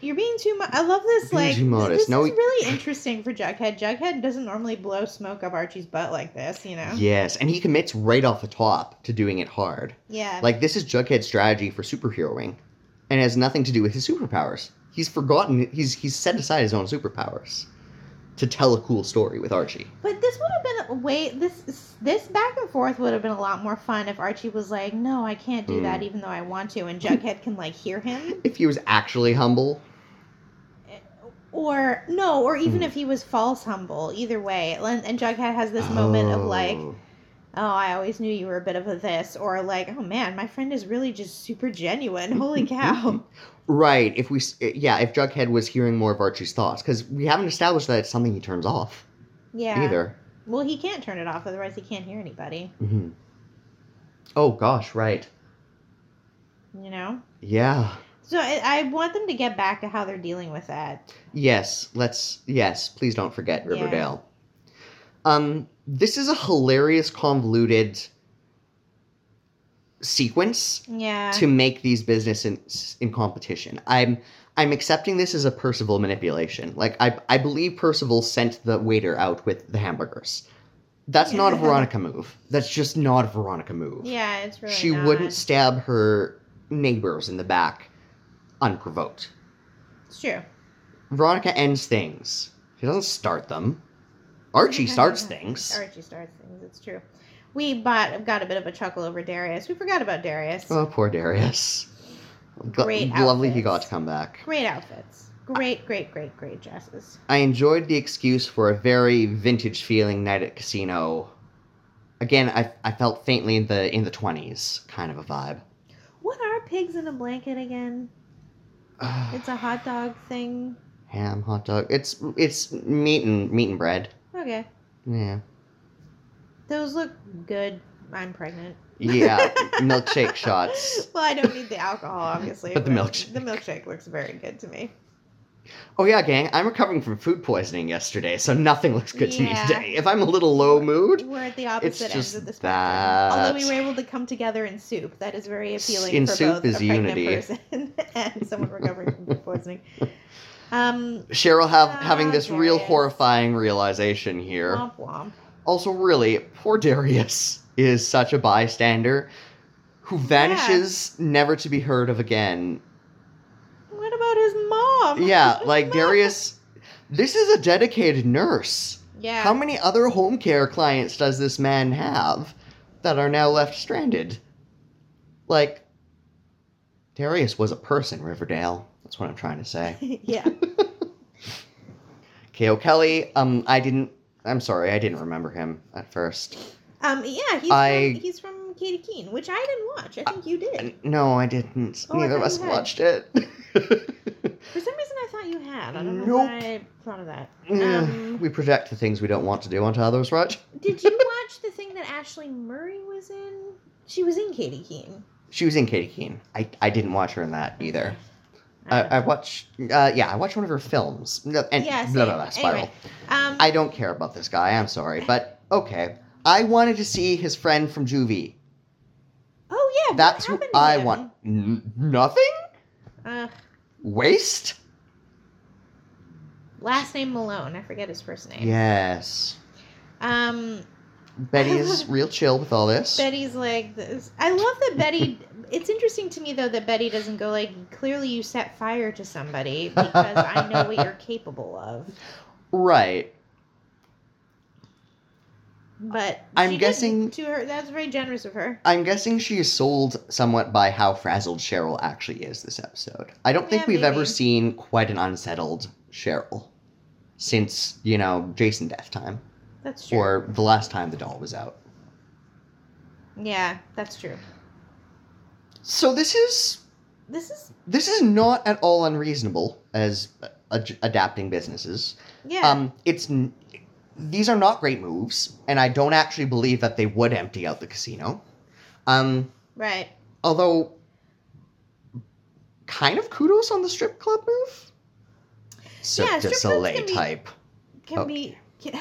Speaker 2: You're being too much. I love this.
Speaker 1: Being
Speaker 2: Like,
Speaker 1: too modest.
Speaker 2: this
Speaker 1: No,
Speaker 2: is
Speaker 1: we-
Speaker 2: really interesting for Jughead. Jughead doesn't normally blow smoke up Archie's butt like this, you know.
Speaker 1: Yes, and he commits right off the top to doing it hard.
Speaker 2: Yeah.
Speaker 1: Like, this is Jughead's strategy for superheroing and has nothing to do with his superpowers. He's forgotten, he's, he's set aside his own superpowers to tell a cool story with Archie.
Speaker 2: But this would have been a way this this back and forth would have been a lot more fun if Archie was like, "No, I can't do
Speaker 1: Mm.
Speaker 2: that, even though I want to," and Jughead can like hear him,
Speaker 1: If he was actually humble,
Speaker 2: or no, or even
Speaker 1: Mm.
Speaker 2: if he was false humble. Either way, and, and Jughead has this moment of like,
Speaker 1: Oh.
Speaker 2: "Oh, I always knew you were a bit of a this," or like, "Oh man, my friend is really just super genuine. <laughs>
Speaker 1: <laughs>
Speaker 2: Holy cow!"
Speaker 1: Right. If we, s- yeah, if Jughead was hearing more of Archie's thoughts, because we haven't established that it's something he turns off
Speaker 2: yeah.
Speaker 1: either.
Speaker 2: Well, he can't turn it off, otherwise he can't hear anybody.
Speaker 1: hmm Oh gosh, right.
Speaker 2: You know.
Speaker 1: Yeah.
Speaker 2: So I, I want them to get back to how they're dealing with that.
Speaker 1: Yes. Let's. Yes. Please don't forget
Speaker 2: Yeah.
Speaker 1: Riverdale. Um. This is a hilarious, convoluted sequence
Speaker 2: Yeah.
Speaker 1: to make these businesses in, in competition. I'm I'm accepting this as a Percival manipulation. Like I I believe Percival sent the waiter out with the hamburgers. That's not a
Speaker 2: Yeah.
Speaker 1: Veronica move. That's just not a Veronica move.
Speaker 2: Yeah, it's really.
Speaker 1: she
Speaker 2: not.
Speaker 1: wouldn't stab her neighbors in the back unprovoked.
Speaker 2: It's true.
Speaker 1: Veronica ends things. She doesn't start them.
Speaker 2: <laughs>
Speaker 1: Archie starts things.
Speaker 2: Archie starts things. It's true. We bought got a bit of a chuckle over Darius. We forgot about Darius.
Speaker 1: Oh, poor Darius. Gl-
Speaker 2: Great
Speaker 1: lovely he got to
Speaker 2: outfits.
Speaker 1: come back.
Speaker 2: Great outfits. Great, great, great, great dresses.
Speaker 1: I enjoyed the excuse for a very vintage feeling night at casino. Again, I, I felt faintly in the in the twenties kind of a vibe. <sighs>
Speaker 2: What are pigs in a blanket again?
Speaker 1: Ugh,
Speaker 2: It's a hot dog thing.
Speaker 1: ham, hot dog. It's it's meat and meat and bread.
Speaker 2: Okay,
Speaker 1: Yeah,
Speaker 2: those look good. I'm pregnant. <laughs>
Speaker 1: yeah. milkshake shots.
Speaker 2: Well, I don't need the alcohol, obviously.
Speaker 1: But the milkshake.
Speaker 2: The milkshake looks very good to me.
Speaker 1: Oh yeah, gang. I'm recovering from food poisoning yesterday, so nothing looks good to me
Speaker 2: Yeah.
Speaker 1: today. If I'm a little low mood,
Speaker 2: We're at the opposite
Speaker 1: just
Speaker 2: ends of the spectrum.
Speaker 1: that-
Speaker 2: Although we were able to come together in soup, that is very appealing
Speaker 1: In
Speaker 2: for
Speaker 1: soup
Speaker 2: both
Speaker 1: is
Speaker 2: a pregnant
Speaker 1: unity.
Speaker 2: person <laughs> and someone recovering from food poisoning. Um,
Speaker 1: Cheryl have having
Speaker 2: Ah,
Speaker 1: this real
Speaker 2: Darius.
Speaker 1: horrifying realization here.
Speaker 2: womp womp.
Speaker 1: Also, really, poor Darius. is such a bystander who vanishes never to be heard of again.
Speaker 2: What about his mom?
Speaker 1: Yeah,
Speaker 2: <laughs> His
Speaker 1: like
Speaker 2: mom.
Speaker 1: Darius this is a dedicated nurse.
Speaker 2: Yeah.
Speaker 1: How many other home care clients does this man have that are now left stranded? Like Darius was a person, Riverdale. That's what I'm trying to say.
Speaker 2: <laughs> yeah.
Speaker 1: K.O. Kelly, um, I didn't. I'm sorry, I didn't remember him at first.
Speaker 2: Um. Yeah. He's
Speaker 1: I-
Speaker 2: from, he's from Katie Keene, which I didn't watch. I think you did.
Speaker 1: N- No, I didn't.
Speaker 2: Oh, I
Speaker 1: Neither of
Speaker 2: thought
Speaker 1: us
Speaker 2: you had.
Speaker 1: watched it.
Speaker 2: <laughs> For some reason, I thought you had. I don't know
Speaker 1: Nope.
Speaker 2: why I thought of that.
Speaker 1: Yeah,
Speaker 2: Um,
Speaker 1: we project the things we don't want to do onto others, right?
Speaker 2: did
Speaker 1: <laughs>
Speaker 2: you watch the thing that Ashley Murray was in? She was in Katie Keene.
Speaker 1: She was in Katie Keene. I, I didn't watch her in that either. I,
Speaker 2: I don't
Speaker 1: I watched, uh, yeah, I watched one of her films. No, And
Speaker 2: Uh-huh.
Speaker 1: blah,
Speaker 2: Yeah, same.
Speaker 1: blah, blah, spiral.
Speaker 2: Anyway. know. um,
Speaker 1: I don't care about this guy. I'm sorry, but okay. I wanted to see his friend from juvie.
Speaker 2: oh yeah,
Speaker 1: That's
Speaker 2: what
Speaker 1: who
Speaker 2: happened to
Speaker 1: I
Speaker 2: him?
Speaker 1: want. N- nothing.
Speaker 2: Uh,
Speaker 1: Waste.
Speaker 2: last name Malone. I forget his first name.
Speaker 1: Yes.
Speaker 2: Um,
Speaker 1: Betty
Speaker 2: <laughs>
Speaker 1: is real chill with all this.
Speaker 2: Betty's like this. I love that Betty. it's interesting to me though that Betty doesn't go like, clearly you set fire to somebody because I know what you're capable of.
Speaker 1: Right.
Speaker 2: But
Speaker 1: I'm
Speaker 2: she didn't
Speaker 1: guessing-
Speaker 2: to her that's very generous of her.
Speaker 1: I'm guessing she is sold somewhat by how frazzled Cheryl actually is this episode. I don't think
Speaker 2: Yeah,
Speaker 1: we've ever
Speaker 2: maybe.
Speaker 1: seen quite an unsettled Cheryl since, you know, Jason Death time
Speaker 2: That's true.
Speaker 1: or the last time the doll was out.
Speaker 2: Yeah, that's true.
Speaker 1: So this is
Speaker 2: This is
Speaker 1: this is not at all unreasonable as ad- adapting businesses.
Speaker 2: yeah.
Speaker 1: Um it's n- these are not great moves and I don't actually believe that they would empty out the casino. Um
Speaker 2: right.
Speaker 1: Although, kind of kudos on the strip club move. Cirque
Speaker 2: Yeah,
Speaker 1: du
Speaker 2: strip clubs
Speaker 1: Soleil
Speaker 2: can be-
Speaker 1: type.
Speaker 2: Can
Speaker 1: oh.
Speaker 2: be <laughs>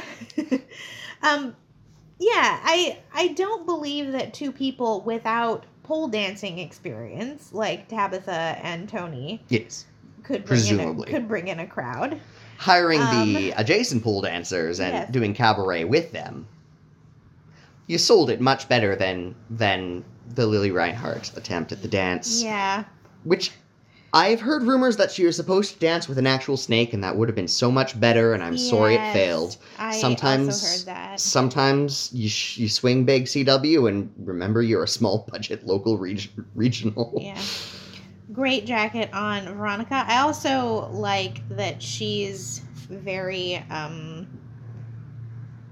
Speaker 2: um yeah, I I don't believe that two people without pole dancing experience like Tabitha and Tony
Speaker 1: Yes.
Speaker 2: could bring
Speaker 1: Presumably.
Speaker 2: in a, could bring in a crowd.
Speaker 1: Hiring
Speaker 2: Um,
Speaker 1: the adjacent pool dancers and
Speaker 2: yes.
Speaker 1: doing cabaret with them. You sold it much better than than the Lily Reinhardt attempt at the dance,
Speaker 2: Yeah.
Speaker 1: which I've heard rumors that she was supposed to dance with an actual snake, and that would have been so much better. And I'm sorry it
Speaker 2: Yes.
Speaker 1: failed.
Speaker 2: I
Speaker 1: Sometimes-
Speaker 2: also heard that.
Speaker 1: sometimes you, sh- you swing big CW and remember you're a small budget local reg- regional.
Speaker 2: Yeah. Great jacket on Veronica. I also like that she's very um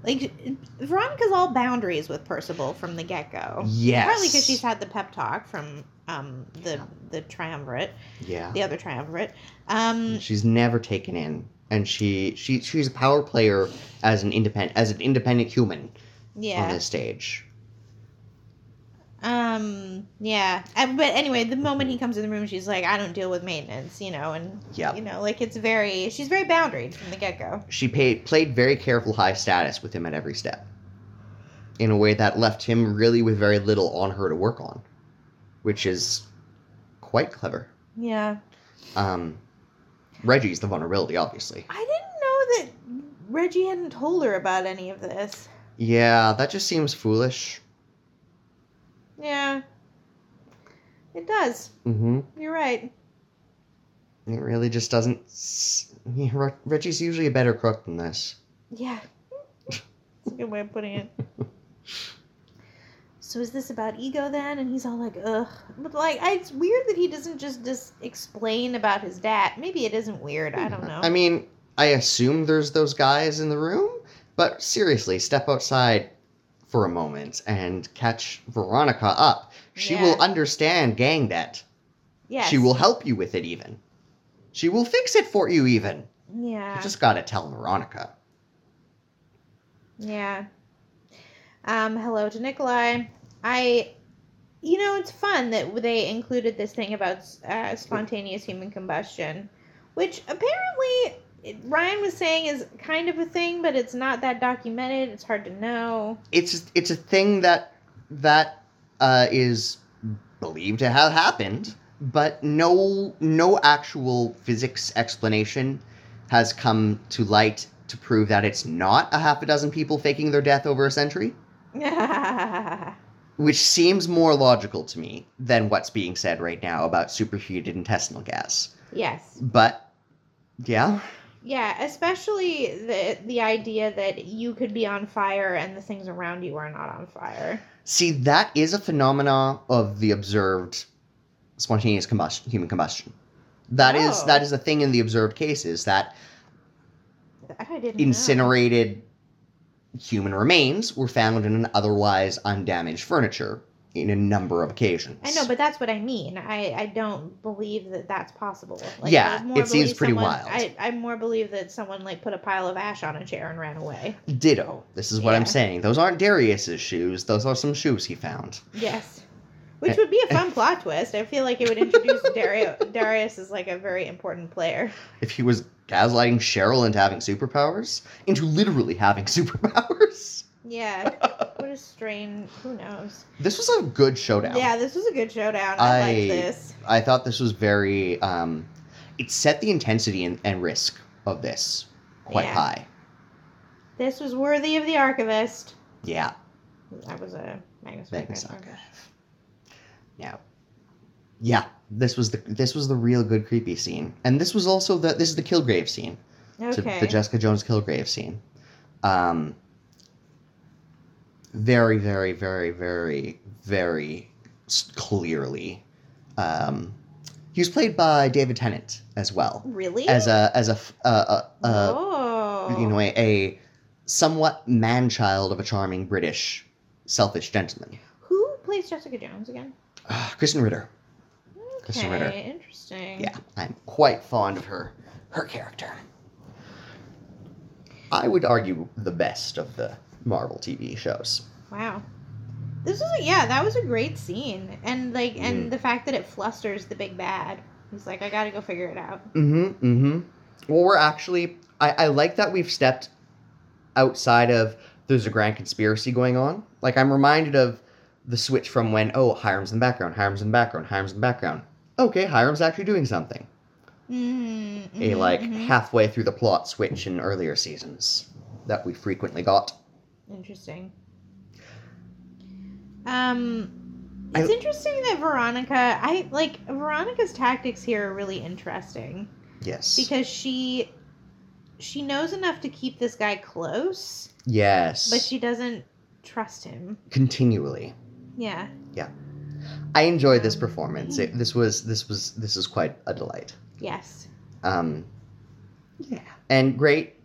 Speaker 2: like Veronica's all boundaries with Percival from the get go.
Speaker 1: Yes.
Speaker 2: Partly because she's had the pep talk from um the the triumvirate,
Speaker 1: yeah. Mm.
Speaker 2: the other triumvirate. Um
Speaker 1: She's never taken in, and she she she's a power player as an independent as an independent human on
Speaker 2: yeah.
Speaker 1: this stage.
Speaker 2: Um yeah. I, but anyway, the moment he comes in the room, she's like, "I don't deal with maintenance," you know, and
Speaker 1: Yeah.
Speaker 2: you know, like it's very she's very boundaried from the get go.
Speaker 1: She paid, played very careful high status with him at every step, in a way that left him really with very little on her to work on, which is quite clever.
Speaker 2: Yeah.
Speaker 1: Um, Reggie's the vulnerability, obviously.
Speaker 2: I didn't know that Reggie hadn't told her about any of this.
Speaker 1: Yeah, that just seems foolish.
Speaker 2: Yeah. It does.
Speaker 1: Mm-hmm.
Speaker 2: You're right.
Speaker 1: It really just doesn't. s- Yeah, Re- Reggie's usually a better crook than this.
Speaker 2: Yeah. <laughs> That's a good way of putting it. So is this about ego then? And he's all like, ugh. But like, I, it's weird that he doesn't just just explain about his dad. Maybe it isn't weird. I don't know.
Speaker 1: I mean, I assume there's those guys in the room, but seriously, step outside for a moment and catch Veronica up. She will
Speaker 2: Yeah.
Speaker 1: understand gang debt.
Speaker 2: yes.
Speaker 1: She will help you with it, even. She will fix it for you, even.
Speaker 2: Yeah.
Speaker 1: You just gotta tell Veronica.
Speaker 2: Yeah. Um, hello to Nikolai. I, you know, it's fun that they included this thing about uh, spontaneous human combustion, which apparently it, Ryan was saying is kind of a thing, but it's not that documented. It's hard to know. <laughs>
Speaker 1: It's it's a thing that that uh, is believed to have happened, but no no actual physics explanation has come to light to prove that it's not a half a dozen people faking their death over a century. which seems more logical to me than what's being said right now about superheated intestinal gas.
Speaker 2: yes.
Speaker 1: But yeah,
Speaker 2: Yeah, especially the the idea that you could be on fire and the things around you are not on fire.
Speaker 1: see, that is a phenomena of the observed spontaneous combustion, human combustion. That is
Speaker 2: Oh.
Speaker 1: that is a thing in the observed cases that
Speaker 2: That I didn't know.
Speaker 1: incinerated human remains were found in an otherwise undamaged furniture in a number of occasions.
Speaker 2: I know, but that's what I mean. I, I don't believe that that's possible.
Speaker 1: Yeah,
Speaker 2: I
Speaker 1: it seems
Speaker 2: believe
Speaker 1: pretty
Speaker 2: someone-
Speaker 1: wild.
Speaker 2: I, I more believe that someone like put a pile of ash on a chair and ran away.
Speaker 1: Ditto. This is what
Speaker 2: Yeah.
Speaker 1: I'm saying. Those aren't Darius's shoes. Those are some shoes he found.
Speaker 2: Yes, which would be
Speaker 1: <laughs>
Speaker 2: a fun plot twist. I feel like it would introduce Dario, Darius as like a very important player.
Speaker 1: If he was gaslighting Cheryl into having superpowers, into literally having <laughs> superpowers. <laughs>
Speaker 2: Yeah, what a strain. Who knows?
Speaker 1: This was a good showdown.
Speaker 2: Yeah, this was a good showdown. I,
Speaker 1: I-
Speaker 2: like this.
Speaker 1: I thought this was very. Um, it set the intensity and, and risk of this quite
Speaker 2: Yeah.
Speaker 1: high.
Speaker 2: This was worthy of the archivist.
Speaker 1: Yeah.
Speaker 2: That was a
Speaker 1: Magnus
Speaker 2: Magnus Magnus
Speaker 1: Archive. Now. Yeah. This was the this was the real good creepy scene, and this was also the this is the Kilgrave scene. to
Speaker 2: Okay.
Speaker 1: the Jessica Jones Kilgrave scene. Um, very, very, very, very, very s- clearly. Um, he was played by David Tennant as well
Speaker 2: really?
Speaker 1: as a as a f- uh, uh, uh,
Speaker 2: oh.
Speaker 1: you know a, a somewhat man child of a charming British selfish gentleman. Ah,
Speaker 2: Who plays Jessica Jones again?
Speaker 1: Kristen Ritter. Kristen Ritter.
Speaker 2: Okay, interesting.
Speaker 1: Yeah, I'm quite fond of her her character. I would argue the best of the Marvel TV shows.
Speaker 2: Wow. This was a, yeah, that was a great scene, and like,
Speaker 1: Mm.
Speaker 2: and the fact that it flusters the big bad. He's like, I gotta go figure it out.
Speaker 1: Mm-hmm. Mm-hmm. Well, we're actually I, I like that we've stepped outside of there's a grand conspiracy going on. Like I'm reminded of the switch from when, oh, Hiram's in the background, Hiram's in the background, Hiram's in the background. Okay, Hiram's actually doing something.
Speaker 2: Mm,
Speaker 1: A
Speaker 2: mhm,
Speaker 1: like
Speaker 2: mhm.
Speaker 1: halfway through the plot switch in earlier seasons that we frequently got.
Speaker 2: Interesting. Um,
Speaker 1: I-
Speaker 2: it's interesting that Veronica. I like Veronica's tactics here are really interesting
Speaker 1: Yes.
Speaker 2: because she she knows enough to keep this guy close,
Speaker 1: yes.
Speaker 2: but she doesn't trust him.
Speaker 1: continually.
Speaker 2: Yeah.
Speaker 1: I enjoyed this performance.
Speaker 2: Mm-hmm.
Speaker 1: It, this was this was this is quite a delight.
Speaker 2: Yes.
Speaker 1: Um,
Speaker 2: Yeah.
Speaker 1: and great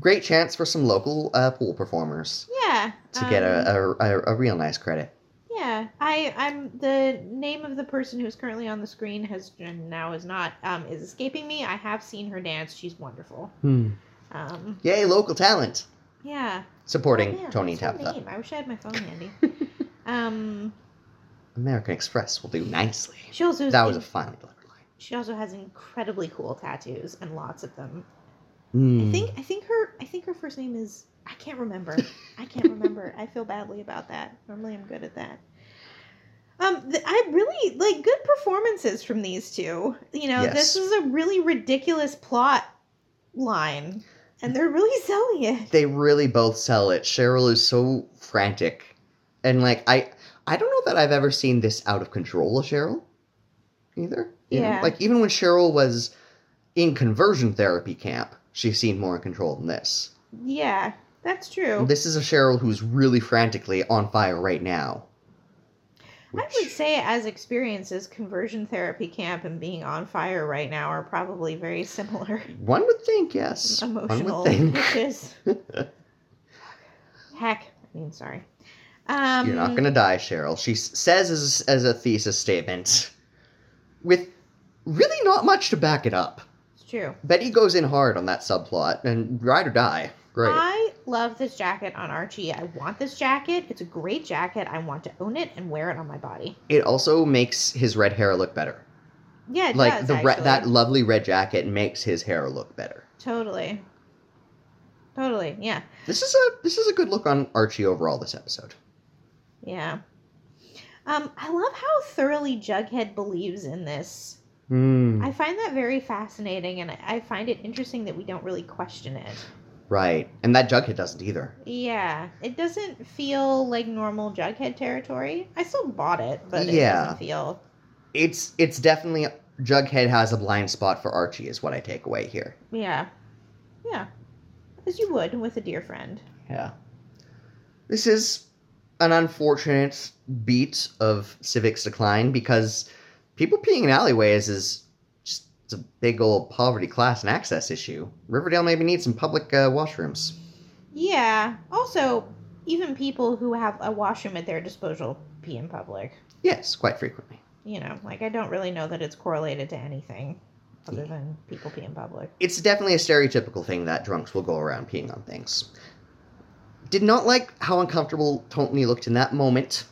Speaker 1: great chance for some local uh, pool performers
Speaker 2: Yeah.
Speaker 1: to get
Speaker 2: um,
Speaker 1: a, a, a, a real nice credit.
Speaker 2: Yeah, I I'm the name of the person who's currently on the screen has and now is not um is escaping me. I have seen her dance. She's wonderful. Um
Speaker 1: Yay, local talent
Speaker 2: yeah.
Speaker 1: supporting
Speaker 2: Oh, man,
Speaker 1: Tony
Speaker 2: what's her
Speaker 1: Tabitha.
Speaker 2: name? I wish I had my
Speaker 1: <laughs>
Speaker 2: phone handy. um
Speaker 1: American Express will do nicely.
Speaker 2: she also
Speaker 1: That was a finely delivered line.
Speaker 2: she also has incredibly cool tattoos and lots of them.
Speaker 1: Mm.
Speaker 2: I think I think her I think her first name is I can't remember. I can't remember. I feel badly about that. Normally I'm good at that. Um, th- I really like good performances from these two. You know,
Speaker 1: Yes.
Speaker 2: this is a really ridiculous plot line, and they're really selling it.
Speaker 1: they really both sell it. Cheryl is so frantic, and like I, I don't know that I've ever seen this out of control of Cheryl, either. You know,
Speaker 2: Yeah.
Speaker 1: like even when Cheryl was in conversion therapy camp, she seemed more in control than this.
Speaker 2: Yeah, that's true.
Speaker 1: This is a Cheryl who's really frantically on fire right now.
Speaker 2: I would say, as experiences, conversion therapy camp and being on fire right now are probably very similar.
Speaker 1: One would think, yes.
Speaker 2: emotional <laughs>
Speaker 1: One would think. <laughs>
Speaker 2: pictures. Heck, I mean, sorry. Um,
Speaker 1: You're not gonna die, Cheryl. She s- says as as a thesis statement, with really not much to back it up.
Speaker 2: It's true.
Speaker 1: Betty goes in hard on that subplot and ride or die. Great.
Speaker 2: I love this jacket on Archie. I want this jacket. It's a great jacket. I want to own it and wear it on my body.
Speaker 1: It also makes his red hair look better.
Speaker 2: Yeah, it
Speaker 1: like
Speaker 2: does,
Speaker 1: the re-
Speaker 2: actually.
Speaker 1: that lovely red jacket makes his hair look better.
Speaker 2: totally, totally. Yeah,
Speaker 1: This is a this is a good look on Archie overall this episode.
Speaker 2: yeah. Um, I love how thoroughly Jughead believes in this.
Speaker 1: Hmm.
Speaker 2: I find that very fascinating, and I- I find it interesting that we don't really question it.
Speaker 1: Right. And that Jughead doesn't either.
Speaker 2: Yeah, it doesn't feel like normal Jughead territory. I still bought it, but it
Speaker 1: Yeah.
Speaker 2: doesn't feel.
Speaker 1: It's it's definitely Jughead has a blind spot for Archie is what I take away here.
Speaker 2: Yeah, yeah, as you would with a dear friend.
Speaker 1: Yeah. This is an unfortunate beat of civics decline because people peeing in alleyways is just it's a big old poverty class and access issue. Riverdale maybe needs some public uh, washrooms.
Speaker 2: Yeah. Also, even people who have a washroom at their disposal pee in public.
Speaker 1: Yes, quite frequently.
Speaker 2: You know, like I don't really know that it's correlated to anything other than people pee in public.
Speaker 1: It's definitely a stereotypical thing that drunks will go around peeing on things. Did not like how uncomfortable Tony looked in that moment.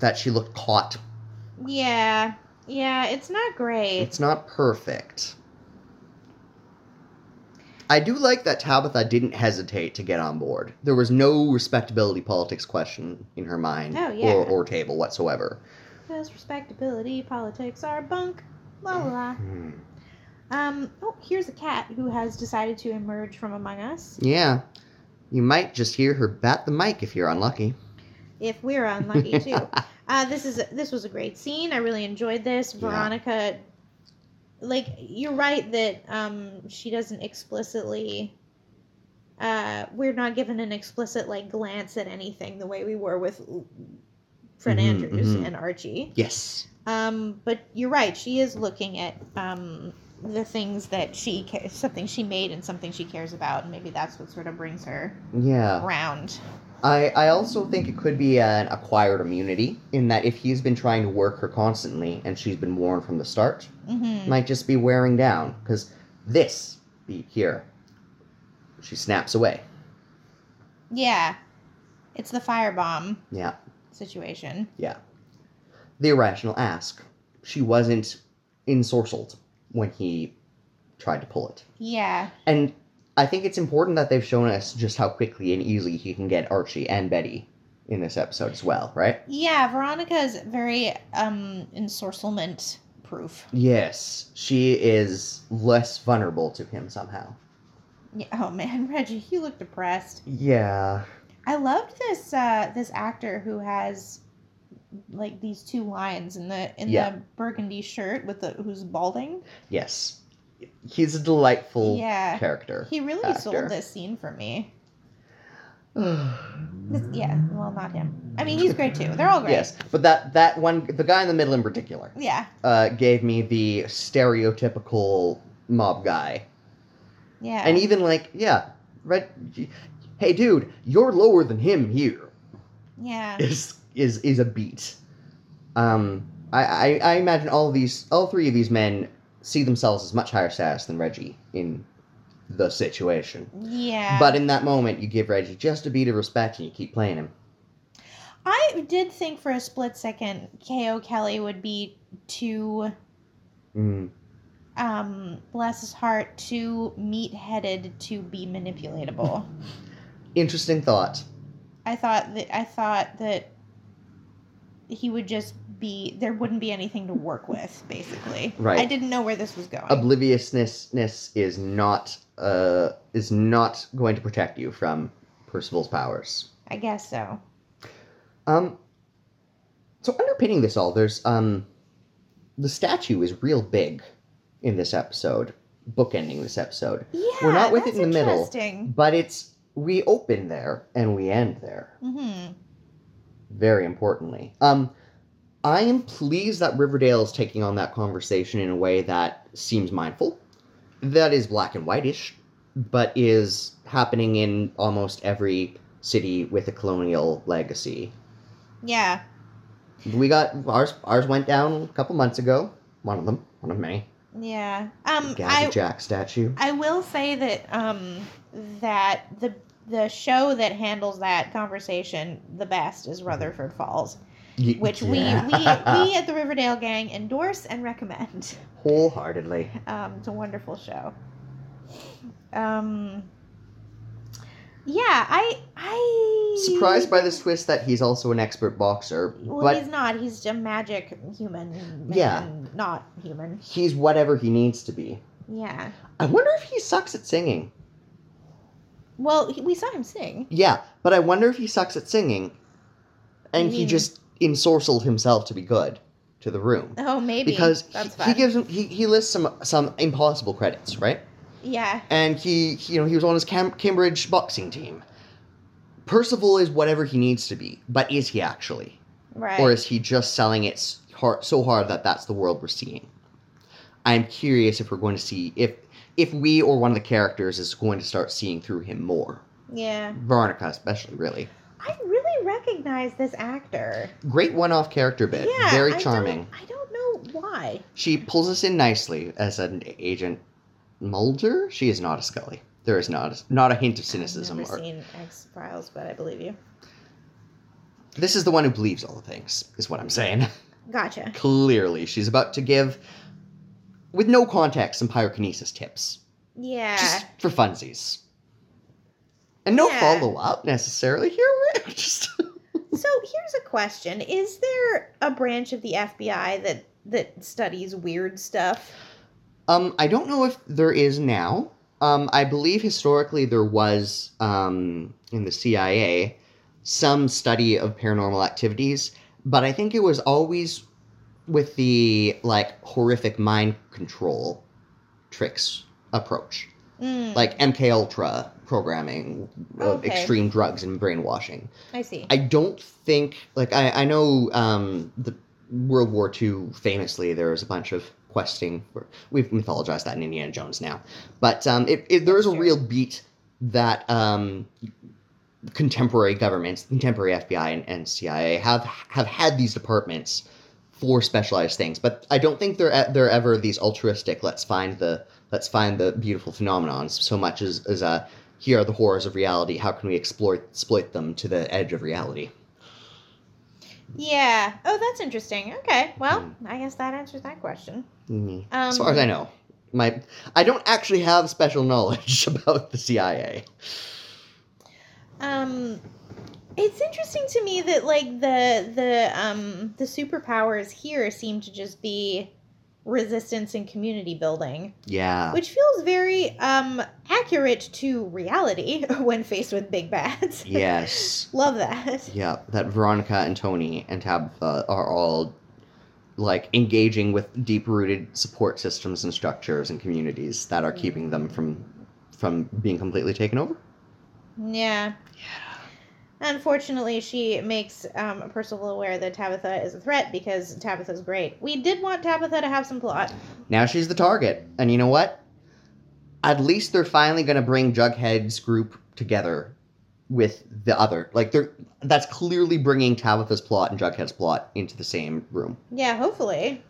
Speaker 1: That she looked caught.
Speaker 2: Yeah. Yeah, it's not great.
Speaker 1: It's not perfect. I do like that Tabitha didn't hesitate to get on board. There was no respectability politics question in her mind
Speaker 2: Oh, yeah.
Speaker 1: or, or table whatsoever.
Speaker 2: Because respectability, politics are bunk. La la la. Um, oh, here's a cat who has decided to emerge from among us.
Speaker 1: Yeah. You might just hear her bat the mic if you're unlucky.
Speaker 2: If we're unlucky too. Uh, this is this was a great scene. I really enjoyed this.
Speaker 1: Yeah.
Speaker 2: Veronica, like you're right that um, she doesn't explicitly. Uh, we're not given an explicit like glance at anything the way we were with Fred
Speaker 1: Mhm,
Speaker 2: Andrews
Speaker 1: mhm.
Speaker 2: and Archie.
Speaker 1: yes.
Speaker 2: Um, but you're right. She is looking at um, the things that she ca- something she made and something she cares about, and maybe that's what sort of brings her
Speaker 1: Yeah.
Speaker 2: around.
Speaker 1: I, I also think it could be an acquired immunity in that if he's been trying to work her constantly and she's been warned from the start,
Speaker 2: Mm-hmm.
Speaker 1: might just be wearing down because this beat here, she snaps away.
Speaker 2: Yeah, it's the firebomb
Speaker 1: Yeah,
Speaker 2: situation.
Speaker 1: yeah. The irrational ask. She wasn't ensorcelled when he tried to pull it.
Speaker 2: Yeah,
Speaker 1: And I think it's important that they've shown us just how quickly and easily he can get Archie and Betty in this episode as well, right?
Speaker 2: yeah. Veronica is very um ensorcelment proof.
Speaker 1: Yes, she is less vulnerable to him somehow.
Speaker 2: Yeah. Oh man, <laughs> Reggie, you look depressed.
Speaker 1: Yeah.
Speaker 2: I loved this uh this actor who has like these two lions in the in
Speaker 1: Yeah.
Speaker 2: the burgundy shirt with the who's balding.
Speaker 1: Yes. He's a delightful
Speaker 2: Yeah.
Speaker 1: character.
Speaker 2: He really
Speaker 1: actor.
Speaker 2: sold this scene for me. This- yeah, well, not him. I mean, he's great too. They're all great.
Speaker 1: Mm-hmm. Yes, but that that one, the guy in the middle in particular,
Speaker 2: Yeah,
Speaker 1: uh, gave me the stereotypical mob guy,
Speaker 2: yeah.
Speaker 1: and even like, yeah, red. Hey, dude, you're lower than him here.
Speaker 2: yeah.
Speaker 1: Is is is a beat. Um, I, I I imagine all these, all three of these men see themselves as much higher status than Reggie in the situation.
Speaker 2: Yeah.
Speaker 1: But in that moment, you give Reggie just a beat of respect, and you keep playing him.
Speaker 2: I did think for a split second K.O. Kelly would be too,
Speaker 1: Mm,
Speaker 2: um, bless his heart, too meat headed to be manipulatable.
Speaker 1: interesting thought.
Speaker 2: I thought that I thought that he would just be there wouldn't be anything to work with, basically.
Speaker 1: Right.
Speaker 2: I didn't know where this was going.
Speaker 1: obliviousness is not uh is not going to protect you from Percival's powers.
Speaker 2: I guess so.
Speaker 1: Um so underpinning this all there's um the statue is real big in this episode, bookending this episode.
Speaker 2: Yeah.
Speaker 1: We're not with it
Speaker 2: that's
Speaker 1: in the middle.
Speaker 2: Interesting.
Speaker 1: But it's we open there and we end there,
Speaker 2: Mm-hmm.
Speaker 1: very importantly. Um I am pleased that Riverdale is taking on that conversation in a way that seems mindful. that is black and whitish, but is happening in almost every city with a colonial legacy.
Speaker 2: Yeah.
Speaker 1: We got ours. Ours went down a couple months ago. One of them, one of many.
Speaker 2: Yeah. Um.
Speaker 1: Gazzy
Speaker 2: I
Speaker 1: Jack statue.
Speaker 2: I will say that um that the the show that handles that conversation the best is Rutherford Falls,
Speaker 1: Y-
Speaker 2: which
Speaker 1: yeah.
Speaker 2: we, we we at the Riverdale Gang endorse and recommend.
Speaker 1: <laughs>
Speaker 2: <laughs>
Speaker 1: wholeheartedly.
Speaker 2: Um, it's a wonderful show. Um, yeah, I I
Speaker 1: Surprised by this twist that he's also an expert boxer,
Speaker 2: Well,
Speaker 1: but
Speaker 2: he's not. He's a magic human.
Speaker 1: Yeah.
Speaker 2: man, not human.
Speaker 1: he's whatever he needs to be.
Speaker 2: Yeah,
Speaker 1: I wonder if he sucks at singing.
Speaker 2: Well, he, we saw him sing.
Speaker 1: Yeah, but I wonder if he sucks at singing, and he
Speaker 2: Mhm.
Speaker 1: just insourcelled himself to be good to the room
Speaker 2: Oh, maybe
Speaker 1: because
Speaker 2: that's
Speaker 1: he,
Speaker 2: fun.
Speaker 1: he gives him he, he lists some some impossible credits, right?
Speaker 2: yeah,
Speaker 1: And he, he- you know he was on his Cam- Cambridge boxing team. Percival is whatever he needs to be, but is he actually,
Speaker 2: right.
Speaker 1: or is he just selling it s- hard, so hard that that's the world we're seeing? I'm curious if we're going to see if if we or one of the characters is going to start seeing through him more.
Speaker 2: yeah,
Speaker 1: Veronica, especially, really.
Speaker 2: I really recognize this actor.
Speaker 1: Great one off character bit.
Speaker 2: yeah, I
Speaker 1: Very
Speaker 2: don't-
Speaker 1: charming.
Speaker 2: I don't know why.
Speaker 1: She pulls us in nicely as an agent Mulder. She is not a Scully. There is not a, not a hint of cynicism.
Speaker 2: I've never
Speaker 1: Or,
Speaker 2: seen X Files, but I believe you.
Speaker 1: this is the one who believes all the things, is what I'm saying. <laughs>
Speaker 2: Gotcha.
Speaker 1: Clearly, she's about to give, with no context, some pyrokinesis tips.
Speaker 2: Yeah.
Speaker 1: Just for funsies. And no
Speaker 2: Yeah.
Speaker 1: follow up necessarily. Here <laughs> we're just.
Speaker 2: So here's a question: Is there a branch of the FBI that that studies weird stuff?
Speaker 1: Um, I don't know if there is now. Um, I believe historically there was um, in the CIA some study of paranormal activities, but I think it was always with the like horrific mind control tricks approach,
Speaker 2: Mm,
Speaker 1: like MK Ultra programming, of
Speaker 2: Okay.
Speaker 1: extreme drugs and brainwashing.
Speaker 2: I see.
Speaker 1: I don't think like I, I know um the World War II famously there was a bunch of questing for, we've mythologized that in Indiana Jones now. But um it, it there is a
Speaker 2: Sure.
Speaker 1: real beat that um contemporary governments, contemporary FBI and, and CIA have have had these departments for specialized things. But I don't think they're e- they're ever these altruistic let's find the let's find the beautiful phenomenons so much as as a here are the horrors of reality. How can we exploit exploit them to the edge of reality?
Speaker 2: yeah. Oh, that's interesting. Okay. Well, I guess that answers that question.
Speaker 1: Mhm.
Speaker 2: Um,
Speaker 1: Hmm. as far as I know, my I don't actually have special knowledge <laughs> about the CIA.
Speaker 2: Um, it's interesting to me that like the the um the superpowers here seem to just be resistance and community building,
Speaker 1: Yeah,
Speaker 2: which feels very um accurate to reality <laughs> when faced with big <laughs> bats.
Speaker 1: yes,
Speaker 2: Love that.
Speaker 1: yeah. That Veronica and Tony and Tabitha are all like engaging with deep rooted support systems and structures and communities that are keeping them from from being completely taken over.
Speaker 2: Yeah. Unfortunately, she makes um, Percival aware that Tabitha is a threat because Tabitha's great. We did want Tabitha to have some plot.
Speaker 1: Now she's the target. And you know what? At least they're finally going to bring Jughead's group together with the other. Like they're that's clearly bringing Tabitha's plot and Jughead's plot into the same room.
Speaker 2: Yeah, hopefully.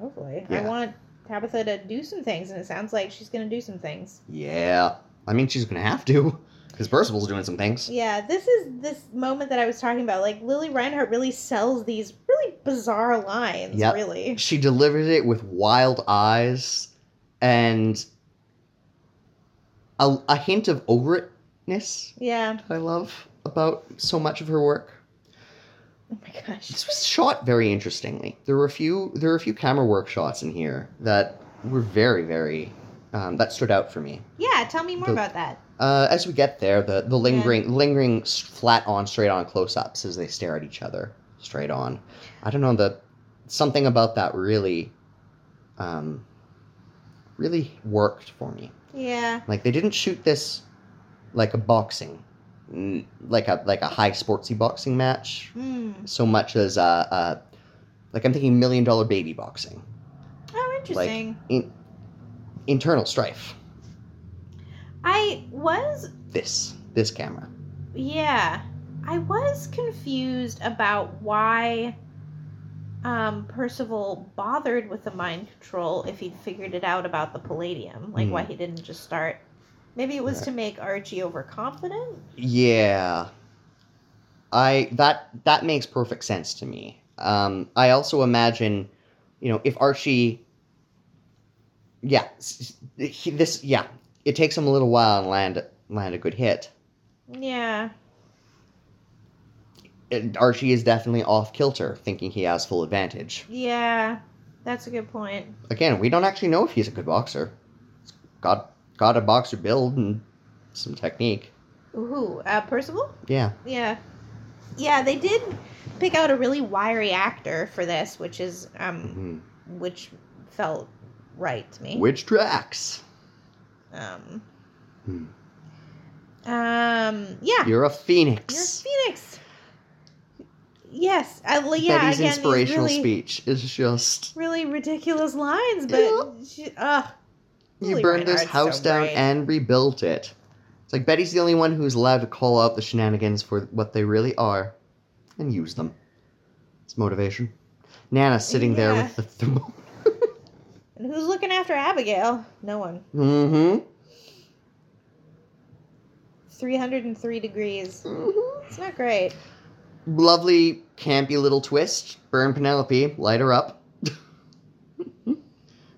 Speaker 2: Hopefully. I
Speaker 1: Yeah.
Speaker 2: want Tabitha to do some things, and it sounds like she's going to do some things.
Speaker 1: Yeah. I mean, she's going to have to cuz Percival's doing some things.
Speaker 2: Yeah, this is this moment that I was talking about. Like, Lily Reinhart really sells these really bizarre lines,
Speaker 1: Yep.
Speaker 2: really.
Speaker 1: She delivers it with wild eyes and a, a hint of overtness
Speaker 2: Yeah.
Speaker 1: that I love about so much of her work.
Speaker 2: Oh my gosh.
Speaker 1: This was shot very interestingly. There were a few there were a few camera work shots in here that were very very um, that stood out for me.
Speaker 2: Yeah, tell me more
Speaker 1: The-
Speaker 2: about that.
Speaker 1: Uh, as we get there, the the lingering lingering s- flat on straight on close ups as they stare at each other straight on. I don't know the something about that really um, really worked for me.
Speaker 2: Yeah.
Speaker 1: Like they didn't shoot this like a boxing n- like a like a high sportsy boxing match
Speaker 2: Mm.
Speaker 1: so much as uh, uh like I'm thinking million dollar baby boxing,
Speaker 2: Oh, interesting.
Speaker 1: in, internal strife.
Speaker 2: I was
Speaker 1: This this camera.
Speaker 2: Yeah. I was confused about why um, Percival bothered with the mind control if he'd figured it out about the palladium. Like, why he didn't just start. Maybe it was to make Archie overconfident?
Speaker 1: Yeah, I that that makes perfect sense to me. Um, I also imagine, you know, if Archie. Yeah, s- s- he, this yeah, it takes him a little while to land land a good hit.
Speaker 2: Yeah.
Speaker 1: And Archie is definitely off kilter, thinking he has full advantage.
Speaker 2: Yeah. That's a good point.
Speaker 1: again, we don't actually know if he's a good boxer. He's Got got a boxer build and some technique.
Speaker 2: Ooh, uh, Percival?
Speaker 1: Yeah.
Speaker 2: Yeah. Yeah, they did pick out a really wiry actor for this, which is um
Speaker 1: Mhm.
Speaker 2: which felt right to me.
Speaker 1: Which tracks?
Speaker 2: Um
Speaker 1: Hmm.
Speaker 2: Um yeah.
Speaker 1: You're a
Speaker 2: You're
Speaker 1: phoenix.
Speaker 2: Phoenix. Yes, I, well, yeah.
Speaker 1: Betty's
Speaker 2: again, these
Speaker 1: inspirational
Speaker 2: really,
Speaker 1: speech is just
Speaker 2: Really ridiculous
Speaker 1: Yeah.
Speaker 2: lines, but she, uh,
Speaker 1: you
Speaker 2: Lily
Speaker 1: burned this
Speaker 2: Reinhardt's
Speaker 1: house
Speaker 2: so
Speaker 1: down
Speaker 2: great.
Speaker 1: and rebuilt it. It's like Betty's the only one who's allowed to call out the shenanigans for what they really are and use them. It's motivation. Nana's sitting there
Speaker 2: Yeah.
Speaker 1: with the. Th- <laughs>
Speaker 2: and who's looking after Abigail? No one.
Speaker 1: mm
Speaker 2: Three hundred and three degrees.
Speaker 1: hmm
Speaker 2: It's not great.
Speaker 1: lovely campy little twist. Burn Penelope, light her up. <laughs>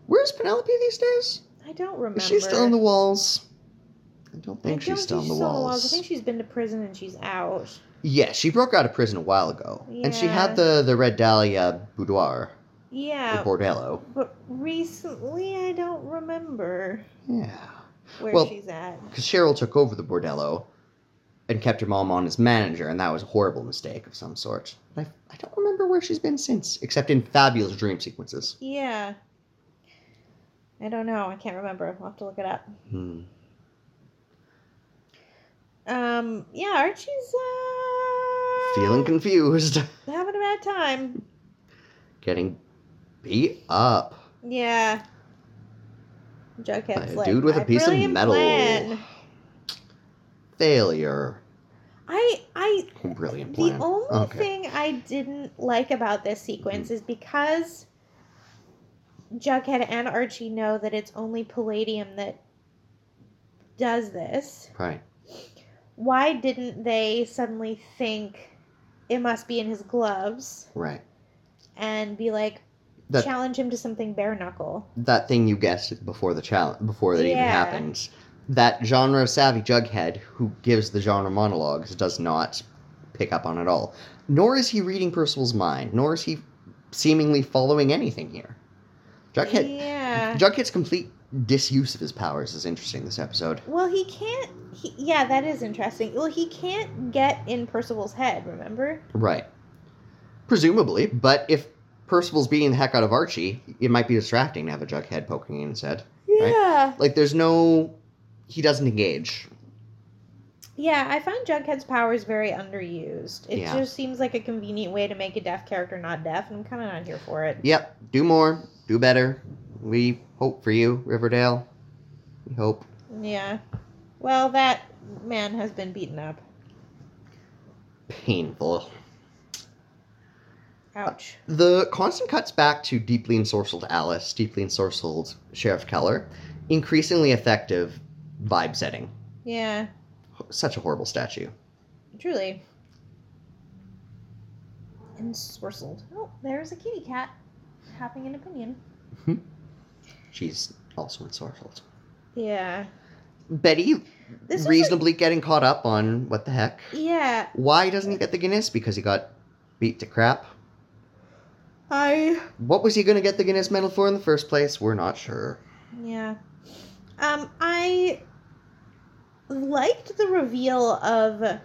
Speaker 1: Where's Penelope these days?
Speaker 2: I don't remember.
Speaker 1: Is she still in the walls? I don't
Speaker 2: I
Speaker 1: think
Speaker 2: don't
Speaker 1: she's still in
Speaker 2: think
Speaker 1: the
Speaker 2: she's
Speaker 1: walls.
Speaker 2: I think she's been to prison and she's out.
Speaker 1: yeah, she broke out of prison a while ago, and she
Speaker 2: Yeah. Oh.
Speaker 1: had the the Red Dahlia boudoir
Speaker 2: Yeah,
Speaker 1: or bordello.
Speaker 2: but recently I don't remember
Speaker 1: Yeah,
Speaker 2: where
Speaker 1: Well-
Speaker 2: she's at.
Speaker 1: because Cheryl took over the bordello and kept her mom on as manager, and that was a horrible mistake of some sort. I I don't remember where she's been since, except in fabulous dream sequences.
Speaker 2: Yeah. I don't know. I can't remember. We'll have to look it up.
Speaker 1: Hmm.
Speaker 2: Um, yeah, Archie's uh,
Speaker 1: Feeling confused. <laughs>
Speaker 2: having a bad time.
Speaker 1: getting beat up
Speaker 2: Yeah. Jughead's
Speaker 1: by a
Speaker 2: like,
Speaker 1: dude with a
Speaker 2: "My
Speaker 1: piece of
Speaker 2: brilliant
Speaker 1: metal.
Speaker 2: plan."
Speaker 1: Failure.
Speaker 2: I I
Speaker 1: Brilliant
Speaker 2: the
Speaker 1: plan.
Speaker 2: only
Speaker 1: Okay.
Speaker 2: thing I didn't like about this sequence is because Jughead and Archie know that it's only Palladium that does this.
Speaker 1: Right.
Speaker 2: Why didn't they suddenly think it must be in his gloves
Speaker 1: Right.
Speaker 2: and be like
Speaker 1: That
Speaker 2: challenge him to something bare knuckle?
Speaker 1: that thing you guessed before the challenge before that even
Speaker 2: Yeah.
Speaker 1: happens. That genre savvy jughead who gives the genre monologues does not pick up on at all. Nor is he reading Percival's mind, nor is he seemingly following anything here. Jughead
Speaker 2: Yeah.
Speaker 1: Jughead's complete disuse of his powers is interesting this episode.
Speaker 2: Well, he can't. He, yeah, that is interesting. Well, he can't get in Percival's head. Remember?
Speaker 1: Right. Presumably, but if Percival's beating the heck out of Archie, it might be distracting to have a jughead poking in his head. Right. Like, there's no. He doesn't engage.
Speaker 2: Yeah, I find Jughead's powers very underused. It
Speaker 1: Yeah.
Speaker 2: just seems like a convenient way to make a deaf character not deaf, and I'm kind of not here for it.
Speaker 1: Yep, do more, do better. We hope for you, Riverdale. We hope.
Speaker 2: Yeah. Well, that man has been beaten up.
Speaker 1: Painful.
Speaker 2: Ouch.
Speaker 1: The constant cuts back to deeply ensorcelled Alice, deeply ensorcelled Sheriff Keller, increasingly effective vibe setting.
Speaker 2: Yeah,
Speaker 1: Such a horrible statue.
Speaker 2: truly. And sorcelled. Oh, there's a kitty cat having an opinion.
Speaker 1: She's also ensorcelled.
Speaker 2: Yeah.
Speaker 1: Betty
Speaker 2: This was, like-
Speaker 1: reasonably getting caught up on what the heck.
Speaker 2: Yeah,
Speaker 1: Why doesn't he get the Guinness? Because he got beat to crap.
Speaker 2: I
Speaker 1: What was he going to get the Guinness medal for in the first place? We're not sure.
Speaker 2: Yeah. Um, I liked the reveal of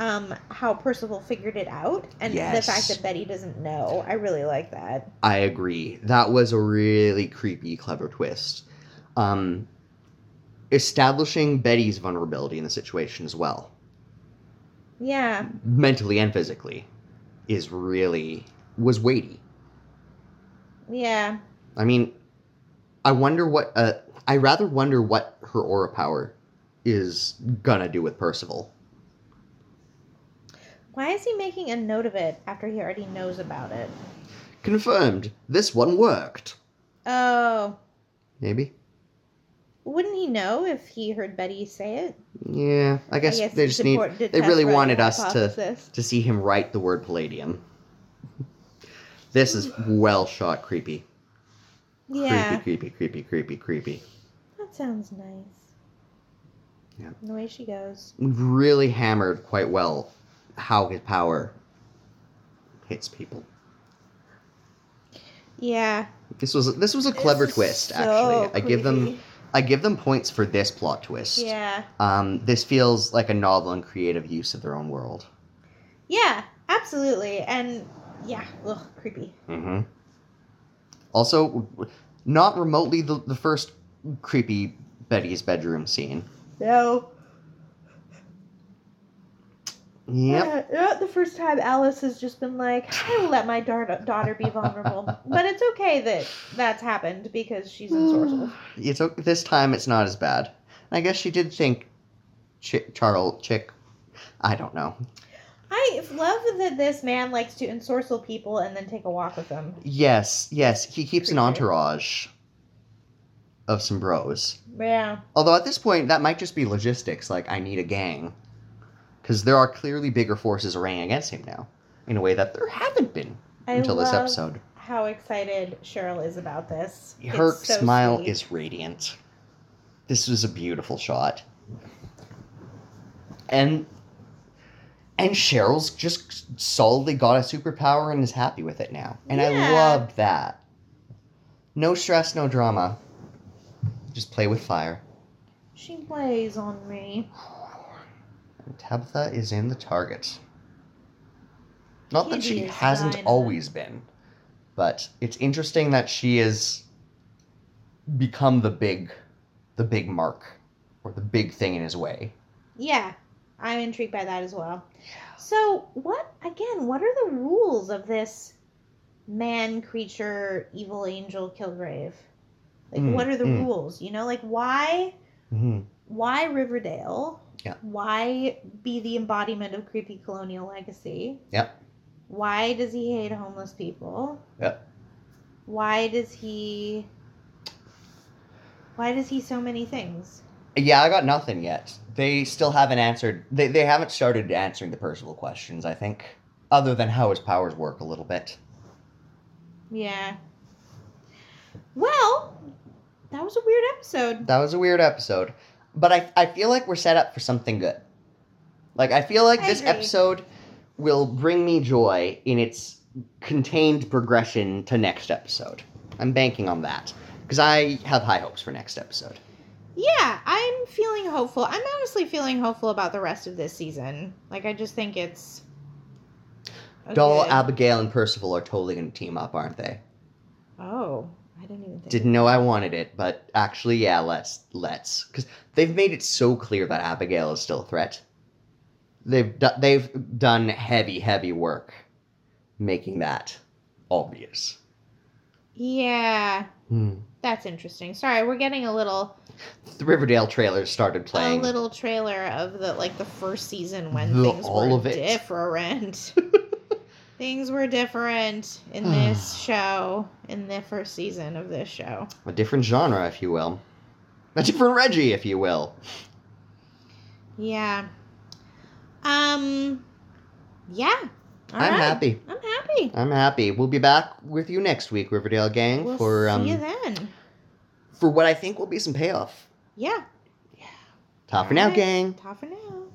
Speaker 2: um how Percival figured it out and
Speaker 1: Yes.
Speaker 2: the fact that Betty doesn't know. I really like that.
Speaker 1: I agree. That was a really creepy, clever twist. Um, establishing Betty's vulnerability in the situation as well,
Speaker 2: Yeah.
Speaker 1: mentally and physically, is really was weighty.
Speaker 2: Yeah.
Speaker 1: I mean, I wonder what. Uh, I rather wonder what her aura power is gonna do with Percival.
Speaker 2: Why is he making a note of it after he already knows about it?
Speaker 1: Confirmed. This one worked.
Speaker 2: Oh.
Speaker 1: Maybe.
Speaker 2: Wouldn't he know if he heard Betty say it?
Speaker 1: Yeah. I guess, they
Speaker 2: it's
Speaker 1: just need
Speaker 2: important to
Speaker 1: they
Speaker 2: test
Speaker 1: really
Speaker 2: for the
Speaker 1: wanted us to-
Speaker 2: hypothesis.
Speaker 1: to see him write the word palladium. This is well shot, creepy.
Speaker 2: Yeah.
Speaker 1: Creepy, creepy, creepy, creepy, creepy.
Speaker 2: That sounds nice.
Speaker 1: Yeah.
Speaker 2: The way she goes.
Speaker 1: We've really hammered quite well how his power hits people.
Speaker 2: Yeah.
Speaker 1: This was this was a clever
Speaker 2: This is
Speaker 1: twist,
Speaker 2: so
Speaker 1: actually. I give them
Speaker 2: creepy.
Speaker 1: I give them points for this plot twist.
Speaker 2: Yeah.
Speaker 1: Um, this feels like a novel and creative use of their own world.
Speaker 2: Yeah, absolutely. And yeah, ugh, creepy.
Speaker 1: Mm-hmm. Also, w- w- not remotely the, the first creepy Betty's bedroom scene.
Speaker 2: No.
Speaker 1: Yep.
Speaker 2: Yeah, not uh, the first time Alice has just been like, I will let my dar- daughter be vulnerable. but it's okay that that's happened because she's
Speaker 1: <sighs>
Speaker 2: in Sorcel.
Speaker 1: It's o- this time it's not as bad. And I guess she did think, Chick, Charles Chick, I don't know.
Speaker 2: I love that this man likes to ensorcel people and then take a walk with them.
Speaker 1: Yes, yes, he keeps an
Speaker 2: Creepy.
Speaker 1: entourage of some bros.
Speaker 2: Yeah.
Speaker 1: Although at this point, that might just be logistics. Like, I need a gang. Because there are clearly bigger forces arraying against him now, in a way that there haven't been
Speaker 2: I
Speaker 1: until this
Speaker 2: love
Speaker 1: episode.
Speaker 2: how excited Cheryl is about this. It's
Speaker 1: Her
Speaker 2: so
Speaker 1: smile
Speaker 2: sweet.
Speaker 1: is radiant. This was a beautiful shot. And and Cheryl's just solidly got a superpower and is happy with it now. And I
Speaker 2: Yeah.
Speaker 1: loved that. No stress, no drama. Just play with fire.
Speaker 2: She lays on me.
Speaker 1: Tabitha is in the target. Not that she
Speaker 2: Hideous
Speaker 1: hasn't
Speaker 2: Dinah.
Speaker 1: always been, but it's interesting that she has become the big, the big mark, or the big thing in his way.
Speaker 2: Yeah, I'm intrigued by that as well. So, what again? What are the rules of this man creature, evil angel, Kilgrave? Like,
Speaker 1: Mm,
Speaker 2: what are the
Speaker 1: mm.
Speaker 2: rules? You know, like why,
Speaker 1: Mhm.
Speaker 2: why Riverdale?
Speaker 1: Yeah.
Speaker 2: Why be the embodiment of creepy colonial legacy?
Speaker 1: Yeah.
Speaker 2: Why does he hate homeless people?
Speaker 1: Yeah.
Speaker 2: Why does he? Why does he so many things?
Speaker 1: Yeah, I got nothing yet. They still haven't answered. They they haven't started answering the personal questions. I think, other than how his powers work a little bit.
Speaker 2: Yeah. Well, that was a weird episode.
Speaker 1: That was a weird episode. But I, I feel like we're set up for something good. Like, I feel like
Speaker 2: I
Speaker 1: this
Speaker 2: agree.
Speaker 1: episode will bring me joy in its contained progression to next episode. I'm banking on that. Because I have high hopes for next episode.
Speaker 2: Yeah, I'm feeling hopeful. I'm honestly feeling hopeful about the rest of this season. Like, I just think it's. a
Speaker 1: Doll,
Speaker 2: good-
Speaker 1: Abigail, and Percival are totally going to team up, aren't they?
Speaker 2: oh, I didn't even think.
Speaker 1: Didn't know I wanted it, but actually, yeah, let's. Let's. Because they've made it so clear that Abigail is still a threat. They've, do- they've done heavy, heavy work making that obvious.
Speaker 2: Yeah,
Speaker 1: Hmm.
Speaker 2: that's interesting. Sorry, we're getting a little
Speaker 1: The Riverdale trailer started playing.
Speaker 2: a little trailer of the like the first season when
Speaker 1: The-
Speaker 2: things
Speaker 1: all
Speaker 2: were
Speaker 1: of it. <laughs>
Speaker 2: different. things were different
Speaker 1: <sighs>
Speaker 2: in this show, in the first season of this show.
Speaker 1: A different genre, if you will. A different Reggie, if you will.
Speaker 2: Yeah. Um. Yeah. All
Speaker 1: I'm
Speaker 2: right.
Speaker 1: happy.
Speaker 2: I'm happy.
Speaker 1: I'm happy. We'll be back with you next week, Riverdale gang,
Speaker 2: We'll
Speaker 1: for
Speaker 2: see you
Speaker 1: um
Speaker 2: then.
Speaker 1: for what I think will be some payoff.
Speaker 2: Yeah.
Speaker 1: Ta for now,
Speaker 2: Alright.
Speaker 1: gang.
Speaker 2: Ta for now.